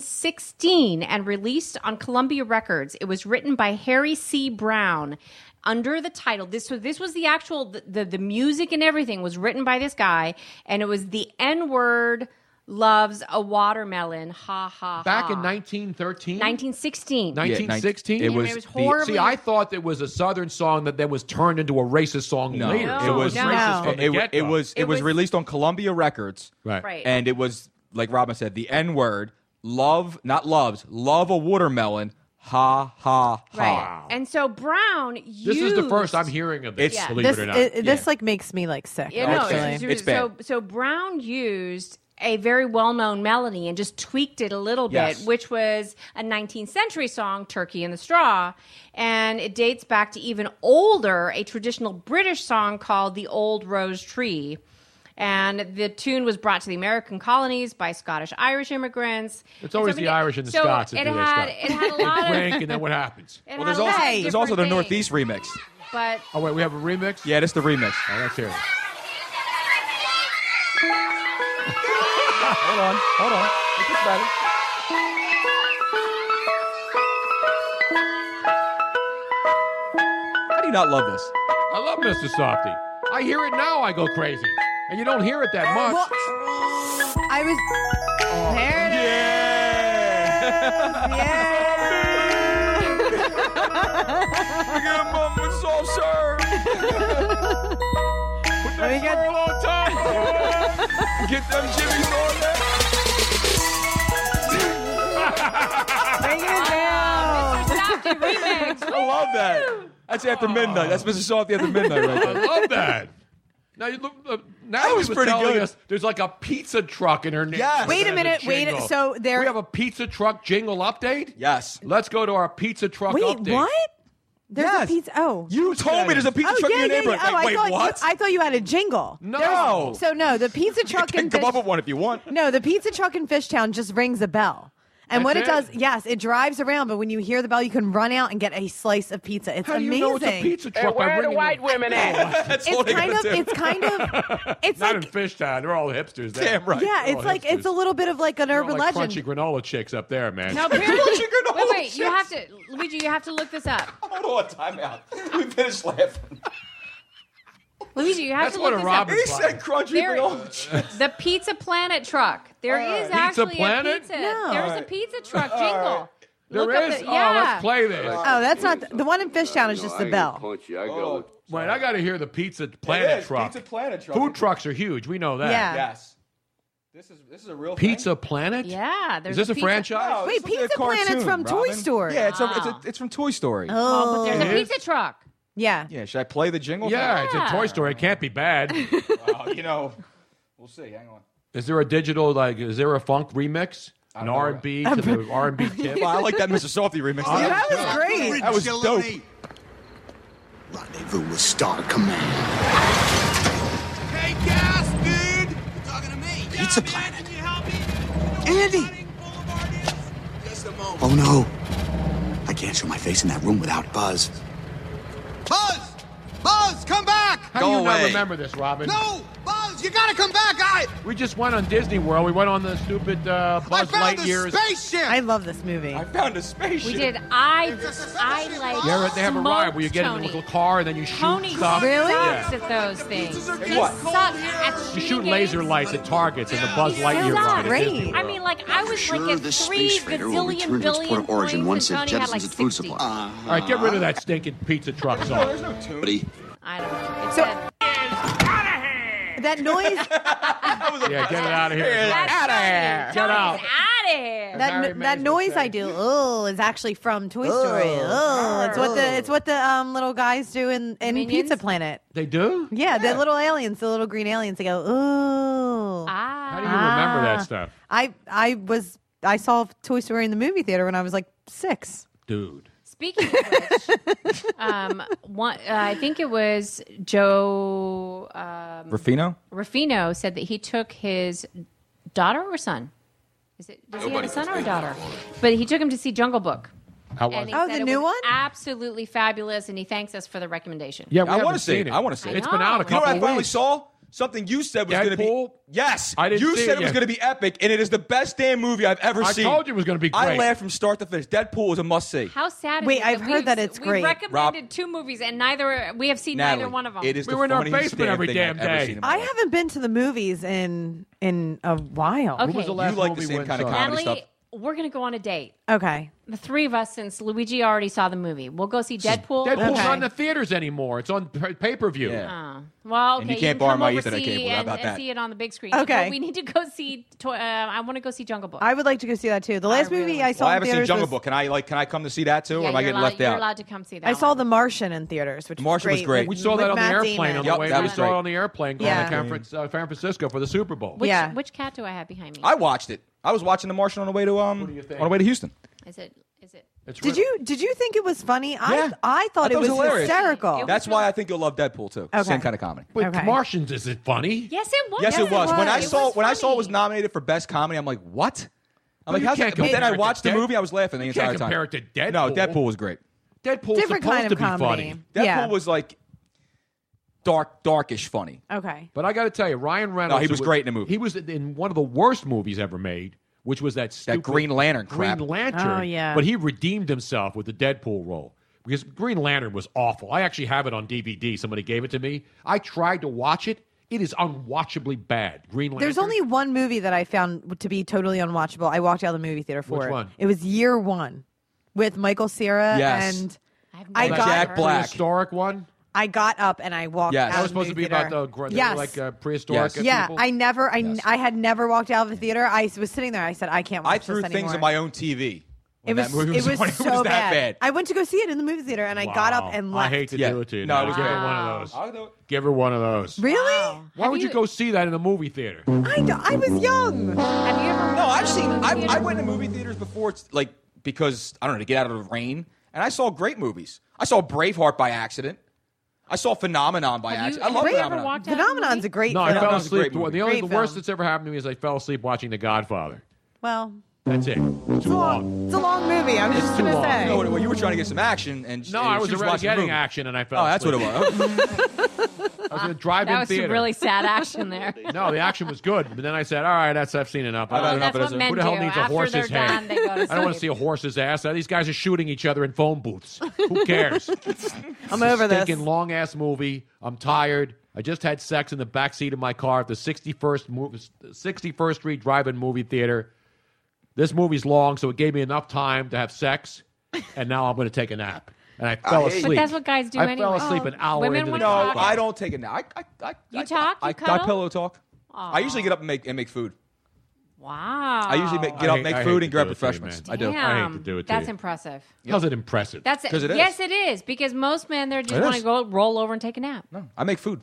Speaker 5: 1916 and released on Columbia Records. It was written by Harry C. Brown under the title this so this was the actual the, the, the music and everything was written by this guy and it was the N word loves a watermelon ha ha
Speaker 1: back
Speaker 5: ha.
Speaker 6: Ah.
Speaker 1: in 1913,
Speaker 5: 1916
Speaker 1: 1916.
Speaker 4: It was
Speaker 5: it was
Speaker 4: the-
Speaker 5: horribly
Speaker 1: See, I thought it was a Southern song that then was turned into a racist song
Speaker 4: No,
Speaker 1: later.
Speaker 5: No,
Speaker 1: So
Speaker 4: it was
Speaker 5: no.
Speaker 1: racist
Speaker 6: No.
Speaker 1: from
Speaker 4: it,
Speaker 1: the
Speaker 4: it was
Speaker 1: get-go.
Speaker 4: it was
Speaker 5: It
Speaker 4: it was
Speaker 5: was-
Speaker 4: released on Columbia Records,
Speaker 5: Right.
Speaker 4: And it was like Robin said, the N word, love, not loves, love a watermelon. Ha ha ha.
Speaker 5: right and so brown
Speaker 1: This is the first
Speaker 5: used-
Speaker 1: I'm hearing of this.
Speaker 4: It's-
Speaker 1: believe
Speaker 6: this
Speaker 1: it or not.
Speaker 6: it- this like makes me like sick.
Speaker 5: Yeah, no,
Speaker 4: Okay.
Speaker 5: it's-
Speaker 6: actually.
Speaker 5: it's,
Speaker 4: It's bad.
Speaker 5: So, so Brown used a very well-known melody and just tweaked it a little bit,
Speaker 4: Yes.
Speaker 5: which was a 19th century song, "Turkey in the Straw," and it dates back to even older, a traditional British song called "The Old Rose Tree." And the tune was brought to the American colonies by Scottish Irish immigrants.
Speaker 1: It's always the Irish and the
Speaker 5: so
Speaker 1: Scots that
Speaker 5: It
Speaker 1: do that
Speaker 5: had
Speaker 1: stuff.
Speaker 5: it had a lot of.
Speaker 1: Frank, and then what happens?
Speaker 5: it
Speaker 4: Well,
Speaker 5: had
Speaker 4: there's
Speaker 5: a lot
Speaker 4: also
Speaker 5: of
Speaker 4: there's also the
Speaker 5: different
Speaker 4: Northeast
Speaker 5: things,
Speaker 4: remix.
Speaker 5: but
Speaker 1: Oh wait, we have a remix.
Speaker 4: Yeah, that's the remix.
Speaker 1: Oh, let's hear it.
Speaker 4: Hold on, hold on. It gets better. How do you not love this?
Speaker 1: I love Mr. Softy. I hear it now. I go crazy, and you don't hear it that much.
Speaker 6: Well, I was. There it is. Yeah.
Speaker 4: Get him up with soft serve. Put
Speaker 6: We
Speaker 4: that
Speaker 6: got-
Speaker 4: swirl on top. Get them jimmies on there.
Speaker 6: Bring it down.
Speaker 5: Softy remix.
Speaker 4: I love that. That's after midnight. That's Mr. Softy after midnight right there.
Speaker 1: I love that. Now you look. Uh, now
Speaker 4: That
Speaker 1: he
Speaker 4: was pretty
Speaker 1: telling
Speaker 4: good.
Speaker 1: Us there's like a pizza truck in her name.
Speaker 4: Yes.
Speaker 6: Wait a minute, wait a- so there-
Speaker 1: we have a pizza truck jingle update.
Speaker 4: Yes.
Speaker 1: Let's go to our pizza truck
Speaker 6: Wait,
Speaker 1: update.
Speaker 6: what? There's
Speaker 4: Yes.
Speaker 6: a pizza. Oh.
Speaker 4: You told me there's a pizza
Speaker 6: Oh
Speaker 4: truck
Speaker 6: yeah,
Speaker 4: in your
Speaker 6: yeah,
Speaker 4: neighborhood.
Speaker 6: yeah. Oh,
Speaker 4: Like,
Speaker 6: I
Speaker 4: wait,
Speaker 6: thought
Speaker 4: what?
Speaker 6: You, I thought you had a jingle.
Speaker 1: No.
Speaker 6: So no, the pizza truck
Speaker 4: can
Speaker 6: in
Speaker 4: come
Speaker 6: Fish-
Speaker 4: up with one if you want.
Speaker 6: no, the pizza truck in Fishtown just rings a bell. And what it,
Speaker 1: That's
Speaker 6: does,
Speaker 1: it?
Speaker 6: yes, it drives around, but when you hear the bell, you can run out and get a slice of pizza. It's
Speaker 1: How do you
Speaker 6: amazing.
Speaker 1: know it's a pizza truck? by
Speaker 9: where are the
Speaker 1: ringing
Speaker 9: white women at?
Speaker 4: That's all
Speaker 6: It's
Speaker 4: they
Speaker 6: kind of,
Speaker 4: gotta do.
Speaker 6: it's kind
Speaker 1: Oh,
Speaker 6: of, it's
Speaker 1: Not
Speaker 6: like,
Speaker 1: in fish town. They're all hipsters. There.
Speaker 4: Damn right.
Speaker 6: yeah,
Speaker 1: They're all
Speaker 6: it's like, it's
Speaker 1: hipsters.
Speaker 6: a little bit of like an
Speaker 1: They're all
Speaker 6: urban
Speaker 1: like
Speaker 6: legend.
Speaker 1: Crunchy granola chicks up there, man.
Speaker 5: No,
Speaker 4: Don't
Speaker 5: apparently,
Speaker 4: you get
Speaker 5: wait,
Speaker 4: all
Speaker 5: wait, you have to, Luigi, you have to look this up.
Speaker 4: Hold on, time out. We finished laughing.
Speaker 5: Luigi, you have
Speaker 1: That's
Speaker 5: to
Speaker 1: what
Speaker 5: look
Speaker 1: a Robin's
Speaker 4: He
Speaker 5: this up.
Speaker 4: said crunchy oh,
Speaker 5: There-
Speaker 4: granola.
Speaker 5: The Pizza Planet truck. There is actually a
Speaker 1: Planet?
Speaker 5: pizza.
Speaker 6: No.
Speaker 5: There's a pizza truck jingle.
Speaker 1: There
Speaker 5: Look up
Speaker 1: is?
Speaker 5: the-
Speaker 1: Oh,
Speaker 5: yeah.
Speaker 1: let's play this.
Speaker 6: Oh, that's not the, the one in Fishtown is just the bell.
Speaker 10: Punch you. I
Speaker 4: Oh.
Speaker 10: go.
Speaker 1: Wait, I got to hear the Pizza
Speaker 4: It
Speaker 1: Planet
Speaker 4: is,
Speaker 1: truck.
Speaker 4: Pizza Planet truck.
Speaker 1: Food trucks are huge. We know that.
Speaker 6: Yeah.
Speaker 4: Yes. This is this is a real
Speaker 1: Pizza Planet?
Speaker 5: Yeah,
Speaker 1: Is
Speaker 5: there's
Speaker 1: this a,
Speaker 5: pizza-
Speaker 1: franchise?
Speaker 6: Wait,
Speaker 4: it's like a
Speaker 6: Pizza Planet's
Speaker 4: cartoon,
Speaker 6: from Toy
Speaker 4: Robin.
Speaker 6: Story.
Speaker 4: Yeah, it's, a, it's, a,
Speaker 5: Wow.
Speaker 4: it's from Toy Story.
Speaker 5: Oh, but there's a
Speaker 1: It is?
Speaker 5: pizza truck.
Speaker 6: Yeah.
Speaker 4: Yeah, should I play the jingle?
Speaker 1: Yeah, it's a
Speaker 5: Yeah.
Speaker 1: Toy Story. It can't be bad.
Speaker 4: Wow, you know, we'll see. Hang on.
Speaker 1: is there a digital like? Is there a funk remix? An R and B to the R and B tip.
Speaker 4: Wow, I like that Mr. Softy remix.
Speaker 6: Yeah, that was great.
Speaker 4: That was dope.
Speaker 10: Rendezvous with Star Command.
Speaker 9: Hey, gas, dude! You're talking to me.
Speaker 10: Pizza Planet.
Speaker 9: Can you help me?
Speaker 10: Andy.
Speaker 9: Just a moment.
Speaker 10: Oh no. I can't show my face in that room without Buzz.
Speaker 9: Buzz! Buzz, come back!
Speaker 1: How
Speaker 10: Go
Speaker 1: do you
Speaker 10: away.
Speaker 1: not remember this, Robin?
Speaker 9: No! Buzz, you gotta come back! I,
Speaker 1: We just went on Disney World. We went on the stupid uh,
Speaker 9: I
Speaker 1: Buzz
Speaker 9: found the
Speaker 1: Lightyear.
Speaker 9: spaceship!
Speaker 6: I love this movie.
Speaker 4: I found a spaceship.
Speaker 5: We did. I,
Speaker 9: It's a
Speaker 5: I
Speaker 9: special
Speaker 5: like.
Speaker 9: box. Yeah,
Speaker 1: They have a ride where you get in
Speaker 5: Tony.
Speaker 1: a little car and then you shoot
Speaker 5: Tony
Speaker 1: stuff.
Speaker 5: really?
Speaker 1: Yeah.
Speaker 5: sucks at those things.
Speaker 9: are
Speaker 5: He
Speaker 4: What?
Speaker 5: sucks at
Speaker 1: You shoot
Speaker 5: shooting
Speaker 1: laser
Speaker 5: games.
Speaker 1: lights at targets in the Buzz
Speaker 5: He
Speaker 1: Lightyear ride.
Speaker 5: sucks.
Speaker 1: at
Speaker 6: Great.
Speaker 1: Disney World.
Speaker 5: I mean, like I was
Speaker 10: sure
Speaker 5: like at
Speaker 10: this
Speaker 5: three
Speaker 10: space freighter will
Speaker 5: gazillion
Speaker 10: return to its
Speaker 5: billion
Speaker 10: port of origin
Speaker 5: points,
Speaker 10: once
Speaker 5: and
Speaker 10: it
Speaker 5: Tony had
Speaker 10: jettisons
Speaker 5: like
Speaker 10: its food
Speaker 5: 60.
Speaker 10: supply.
Speaker 1: All right, get rid of that stinking pizza truck song.
Speaker 10: Buddy.
Speaker 5: I don't know. It's
Speaker 6: So-
Speaker 5: a-
Speaker 6: That noise,
Speaker 1: Yeah, get it out of here.
Speaker 5: That's
Speaker 4: Outta
Speaker 5: Tony.
Speaker 4: here.
Speaker 5: Tony's
Speaker 1: out.
Speaker 5: outta here.
Speaker 1: Harry
Speaker 6: that, that
Speaker 1: Mays
Speaker 6: noise
Speaker 1: would
Speaker 6: I
Speaker 1: say.
Speaker 6: do, oh, is actually from Toy Story. Oh, it's what the it's what the um, little guys do in, in
Speaker 5: Minions?
Speaker 6: Pizza Planet.
Speaker 1: They do?
Speaker 6: Yeah, the little aliens, the little green aliens. They go,
Speaker 1: How do
Speaker 6: ooh.
Speaker 5: Ah.
Speaker 1: you remember that
Speaker 6: Ah.
Speaker 1: stuff?
Speaker 6: I I was I saw Toy Story in the movie theater when I was like six.
Speaker 1: Dude.
Speaker 5: Speaking of which, um, one, uh, I think it was Joe um,
Speaker 4: Rufino?
Speaker 5: Ruffino said that he took his daughter or son. Is it? Does he have a son or a daughter? But he took him to see Jungle Book.
Speaker 1: How was
Speaker 5: And he
Speaker 1: it?
Speaker 6: Oh,
Speaker 5: said
Speaker 6: the
Speaker 5: it
Speaker 6: new
Speaker 5: was
Speaker 6: one?
Speaker 5: Absolutely fabulous, and he thanks us for the recommendation.
Speaker 1: Yeah, we
Speaker 4: I want
Speaker 1: haven't
Speaker 4: to see
Speaker 1: seen
Speaker 4: it. I want to see it.
Speaker 5: I
Speaker 1: It's been out a
Speaker 5: know. You
Speaker 4: You know
Speaker 5: know
Speaker 1: couple
Speaker 4: what I finally
Speaker 1: weeks.
Speaker 4: saw? Something you said was going to be
Speaker 1: Deadpool?
Speaker 4: yes.
Speaker 1: I didn't
Speaker 4: you
Speaker 1: see
Speaker 4: said
Speaker 1: it
Speaker 4: it was
Speaker 1: yet.
Speaker 4: going to be epic, and it is the best damn movie I've ever
Speaker 1: I
Speaker 4: seen.
Speaker 1: told you it was gonna be
Speaker 4: I
Speaker 1: great.
Speaker 4: laughed from start to finish. Deadpool is a must see.
Speaker 5: How sad! is
Speaker 6: Wait,
Speaker 5: it
Speaker 6: I've heard
Speaker 5: we've-
Speaker 6: that it's
Speaker 5: we've
Speaker 6: great.
Speaker 5: recommended
Speaker 4: Rob-
Speaker 5: two movies, and neither we have seen
Speaker 4: Natalie,
Speaker 5: neither one of them.
Speaker 4: It is
Speaker 1: We
Speaker 4: the
Speaker 1: were in our
Speaker 4: funniest
Speaker 1: basement every
Speaker 4: thing
Speaker 1: damn
Speaker 4: I've ever
Speaker 1: day.
Speaker 4: seen in my
Speaker 6: I
Speaker 4: life.
Speaker 6: haven't been to the movies in in a while.
Speaker 5: Okay.
Speaker 1: was the
Speaker 5: You
Speaker 1: last
Speaker 4: like the
Speaker 1: movie
Speaker 4: same
Speaker 1: when
Speaker 4: kind of
Speaker 1: saw?
Speaker 4: comedy.
Speaker 5: Natalie,
Speaker 4: stuff.
Speaker 5: we're gonna go on a date.
Speaker 6: Okay.
Speaker 5: The three of us, since Luigi already saw the movie, we'll go see Deadpool.
Speaker 1: Deadpool's
Speaker 6: Okay.
Speaker 1: not in the theaters anymore. It's on pay per view.
Speaker 4: Yeah.
Speaker 5: Well, okay,
Speaker 4: And you can't
Speaker 5: can
Speaker 4: borrow
Speaker 5: come
Speaker 4: my
Speaker 5: over
Speaker 4: Ethernet
Speaker 5: see
Speaker 4: cable. How
Speaker 5: and,
Speaker 4: about
Speaker 5: and
Speaker 4: that?
Speaker 5: see it on the big screen.
Speaker 6: Okay.
Speaker 5: But we need to go see. To- uh, I want to go see Jungle Book.
Speaker 6: I would like to go see that too. The last
Speaker 5: really
Speaker 6: movie
Speaker 5: like
Speaker 6: I
Speaker 5: it.
Speaker 6: saw
Speaker 4: Well, I
Speaker 6: in
Speaker 4: haven't seen
Speaker 6: theaters
Speaker 4: Jungle
Speaker 6: was-
Speaker 4: Book. Can I like? Can I come to see that too, or
Speaker 5: yeah,
Speaker 4: am I
Speaker 5: you're
Speaker 4: getting
Speaker 5: allowed,
Speaker 4: left
Speaker 5: you're
Speaker 4: out?
Speaker 5: allowed to come see that.
Speaker 6: I saw
Speaker 5: one.
Speaker 6: The Martian in theaters, which
Speaker 4: Martian was
Speaker 6: was great.
Speaker 4: great.
Speaker 1: We
Speaker 6: with-
Speaker 1: saw
Speaker 6: with
Speaker 1: that on the
Speaker 6: Matt
Speaker 1: airplane
Speaker 6: Damon.
Speaker 1: on the
Speaker 4: Yep,
Speaker 1: way.
Speaker 4: that
Speaker 1: We
Speaker 4: was
Speaker 1: saw it
Speaker 4: great.
Speaker 1: on the airplane going
Speaker 6: Yeah.
Speaker 1: to San Fran, uh, San Francisco for the Super Bowl.
Speaker 5: Which,
Speaker 6: yeah.
Speaker 5: which cat do I have behind me?
Speaker 4: I watched it. I was watching The Martian on the way to um
Speaker 1: do you think?
Speaker 4: on the way to Houston.
Speaker 5: is it? Is it?
Speaker 1: It's
Speaker 6: Did
Speaker 1: real.
Speaker 6: you did you think it was funny? I
Speaker 4: Yeah.
Speaker 6: I thought it was
Speaker 4: hilarious.
Speaker 6: hysterical.
Speaker 5: It was-
Speaker 4: That's why I think you'll love Deadpool too.
Speaker 6: Okay.
Speaker 4: Same kind of comedy.
Speaker 1: But
Speaker 6: Okay.
Speaker 1: Martians is it funny?
Speaker 5: Yes, it was.
Speaker 4: Yes, it was. When I
Speaker 6: was.
Speaker 4: saw when I saw it was
Speaker 5: funny.
Speaker 4: nominated for best comedy, I'm like, what? I'm like,
Speaker 1: you
Speaker 4: how's
Speaker 1: can't
Speaker 4: that? But then
Speaker 1: compare
Speaker 4: I
Speaker 1: it to
Speaker 4: watched the
Speaker 1: Dead-
Speaker 4: movie. I was laughing the
Speaker 1: You
Speaker 4: entire
Speaker 1: can't
Speaker 4: time.
Speaker 1: compare it to
Speaker 4: No,
Speaker 1: Deadpool.
Speaker 4: Deadpool was great.
Speaker 1: Deadpool's supposed
Speaker 6: Different kind of
Speaker 1: to be
Speaker 6: comedy.
Speaker 1: funny.
Speaker 4: Deadpool
Speaker 6: Yeah.
Speaker 4: was like dark, darkish funny.
Speaker 6: okay.
Speaker 1: But I got to tell you, Ryan Reynolds.
Speaker 4: was great in the movie.
Speaker 1: He was in one of the worst movies ever made, which was that stupid
Speaker 4: Green Lantern
Speaker 1: Green
Speaker 4: crap.
Speaker 1: Lantern.
Speaker 6: Oh, yeah.
Speaker 1: But he redeemed himself with the Deadpool role because Green Lantern was awful. I actually have it on DVD. Somebody gave it to me. I tried to watch it. It is unwatchably bad. Green Lantern.
Speaker 6: There's only one movie that I found to be totally unwatchable. I walked out of the movie theater for
Speaker 1: Which
Speaker 6: it.
Speaker 1: one?
Speaker 6: It was Year One with Michael Cera
Speaker 4: Yes.
Speaker 6: and
Speaker 5: I've
Speaker 6: I
Speaker 5: never
Speaker 6: got-
Speaker 5: heard
Speaker 4: Jack
Speaker 5: of it.
Speaker 4: Black.
Speaker 1: historic one.
Speaker 6: I got up and I walked
Speaker 4: Yes.
Speaker 6: out.
Speaker 4: That
Speaker 6: of
Speaker 4: was
Speaker 6: the
Speaker 1: supposed to be
Speaker 6: movie
Speaker 1: about the
Speaker 6: theater.
Speaker 1: gr-
Speaker 6: yes.
Speaker 1: like uh, prehistoric.
Speaker 4: Yes.
Speaker 6: yeah,
Speaker 1: people.
Speaker 6: I never, I, n-
Speaker 4: Yes.
Speaker 6: I had never walked out of the theater. I s- was sitting there. I said, I can't watch
Speaker 4: I threw
Speaker 6: this
Speaker 4: things
Speaker 6: anymore.
Speaker 4: at my own TV.
Speaker 6: It
Speaker 4: when
Speaker 6: was,
Speaker 4: that movie
Speaker 6: it was
Speaker 4: on.
Speaker 6: so
Speaker 4: that bad.
Speaker 6: I went to go see it in the movie theater and I got
Speaker 1: Wow.
Speaker 6: up and left.
Speaker 1: I hate to
Speaker 4: Yeah.
Speaker 1: do it to you.
Speaker 4: No,
Speaker 1: No,
Speaker 4: it was
Speaker 1: give
Speaker 4: great.
Speaker 1: her one of those.
Speaker 4: I'll do it.
Speaker 1: Give her one of those.
Speaker 6: Really?
Speaker 1: Why
Speaker 5: Have
Speaker 1: would you,
Speaker 5: you-
Speaker 1: go see that in a movie theater?
Speaker 6: I, d- I was young.
Speaker 5: Have you ever?
Speaker 4: No, I've seen. I, I went to movie theaters before, it's like because I don't know to get out of the rain, and I saw great movies. I saw Braveheart by accident. I saw Phenomenon by
Speaker 5: Have you,
Speaker 4: accident. I love
Speaker 5: have you ever
Speaker 4: Phenomenon.
Speaker 5: walked out of the
Speaker 6: Phenomenon's
Speaker 5: movie?
Speaker 6: a great
Speaker 1: No, I
Speaker 6: film.
Speaker 1: fell
Speaker 4: was a great
Speaker 1: asleep. The
Speaker 4: movie.
Speaker 1: only the
Speaker 6: Great
Speaker 1: worst
Speaker 6: film.
Speaker 1: that's ever happened to me is I fell asleep watching The Godfather.
Speaker 6: Well,
Speaker 1: That's it. Too
Speaker 6: it's a long,
Speaker 1: long.
Speaker 6: it's a long movie. I'm just
Speaker 1: too
Speaker 6: going to
Speaker 1: long.
Speaker 6: say.
Speaker 4: No, well, you were trying to get some action, and
Speaker 1: No,
Speaker 4: and
Speaker 1: I
Speaker 4: she
Speaker 1: was
Speaker 4: was
Speaker 1: already
Speaker 4: watching
Speaker 1: getting
Speaker 4: movie.
Speaker 1: action and I fell
Speaker 4: Oh, that's
Speaker 1: asleep.
Speaker 4: what it was.
Speaker 1: was. I was in a drive-in
Speaker 5: That was
Speaker 1: theater.
Speaker 5: some really sad action there.
Speaker 1: No, the action was good, but then I said, "All right, that's I've seen enough. I
Speaker 4: I've had
Speaker 1: don't,
Speaker 4: enough
Speaker 5: That's
Speaker 4: of
Speaker 5: what
Speaker 4: this.
Speaker 5: men
Speaker 1: Who the
Speaker 5: do.
Speaker 1: hell needs a
Speaker 5: After
Speaker 1: horse's
Speaker 5: they're
Speaker 1: head?
Speaker 5: done, they go to
Speaker 1: I don't want to see
Speaker 5: sleep.
Speaker 1: a horse's ass. These guys are shooting each other in phone booths. Who cares?
Speaker 6: I'm over this.
Speaker 1: Stinking long ass movie. I'm tired. I just had sex in the backseat of my car at the 61st, mo- 61st Street Drive In Movie Theater. This movie's long, so it gave me enough time to have sex, and now I'm going to take a nap. And I fell
Speaker 5: But
Speaker 1: asleep.
Speaker 5: that's what guys do
Speaker 1: I fell
Speaker 5: anyway.
Speaker 1: asleep an hour
Speaker 5: Women
Speaker 1: into the
Speaker 5: wanna
Speaker 4: No,
Speaker 5: talk.
Speaker 4: I don't take a nap. I, I, I,
Speaker 5: You
Speaker 4: I,
Speaker 5: talk?
Speaker 4: I,
Speaker 5: You
Speaker 4: I,
Speaker 5: cuddle?
Speaker 4: pillow talk. I usually get up and make and make food.
Speaker 5: Wow.
Speaker 4: I usually make,
Speaker 1: I
Speaker 4: get up,
Speaker 1: hate-
Speaker 4: make
Speaker 1: I hate
Speaker 4: food,
Speaker 1: to
Speaker 4: and grab
Speaker 1: do it to you,
Speaker 4: refreshments.
Speaker 1: man. I do. I hate to do it to
Speaker 5: That's
Speaker 1: you.
Speaker 5: impressive.
Speaker 1: How's it impressive?
Speaker 5: That's
Speaker 4: 'Cause it is.
Speaker 5: Yes, it is because most men they
Speaker 4: It
Speaker 5: just want
Speaker 4: is.
Speaker 5: to go roll over and take a nap.
Speaker 4: I make food.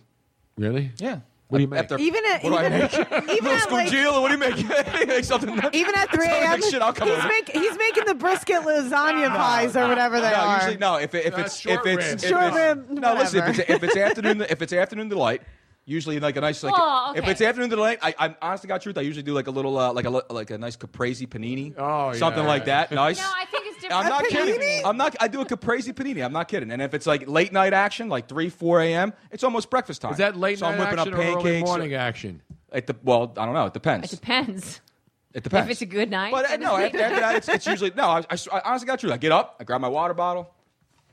Speaker 1: really?
Speaker 4: Yeah.
Speaker 1: What do you make?
Speaker 6: Even at
Speaker 4: What do I
Speaker 6: even, even at like,
Speaker 4: Gila, what do you make? You make something.
Speaker 6: even at three
Speaker 4: Someone
Speaker 6: a.m.
Speaker 4: make shit, I'll come
Speaker 6: he's,
Speaker 4: over.
Speaker 6: make, he's making the brisket lasagna pies or whatever they
Speaker 4: no,
Speaker 6: are.
Speaker 4: usually no. If, it, if
Speaker 1: Uh,
Speaker 4: it's
Speaker 1: short
Speaker 4: if it's
Speaker 1: rib.
Speaker 4: if
Speaker 6: Short
Speaker 4: it's-
Speaker 6: rib,
Speaker 4: No, listen. If
Speaker 6: whatever.
Speaker 4: it's, if it's afternoon, if it's afternoon delight, usually like a nice like.
Speaker 5: Oh,
Speaker 4: If
Speaker 5: okay.
Speaker 4: it's afternoon delight, I, I'm honestly got truth. I usually do like a little uh, like a li- like a nice caprese panini.
Speaker 1: Oh, yeah,
Speaker 4: something like
Speaker 1: yeah.
Speaker 4: that. Nice.
Speaker 5: No, I think it's different.
Speaker 4: I'm not
Speaker 6: A
Speaker 4: kidding. I'm not. I do a caprese panini. I'm not kidding. And if it's like late night action, like three, four a.m., it's almost breakfast time.
Speaker 1: Is that late
Speaker 4: so
Speaker 1: night
Speaker 4: I'm whipping
Speaker 1: action
Speaker 4: up
Speaker 1: or
Speaker 4: pancakes. uh,
Speaker 1: early morning action?
Speaker 4: It de- well, I don't know. It depends.
Speaker 5: It depends.
Speaker 4: It depends.
Speaker 5: If it's a good night,
Speaker 4: But uh,
Speaker 5: then
Speaker 4: no,
Speaker 5: it's-
Speaker 4: after, after that, it's, it's usually no. I, I, I honestly got true. I get up, I grab my water bottle,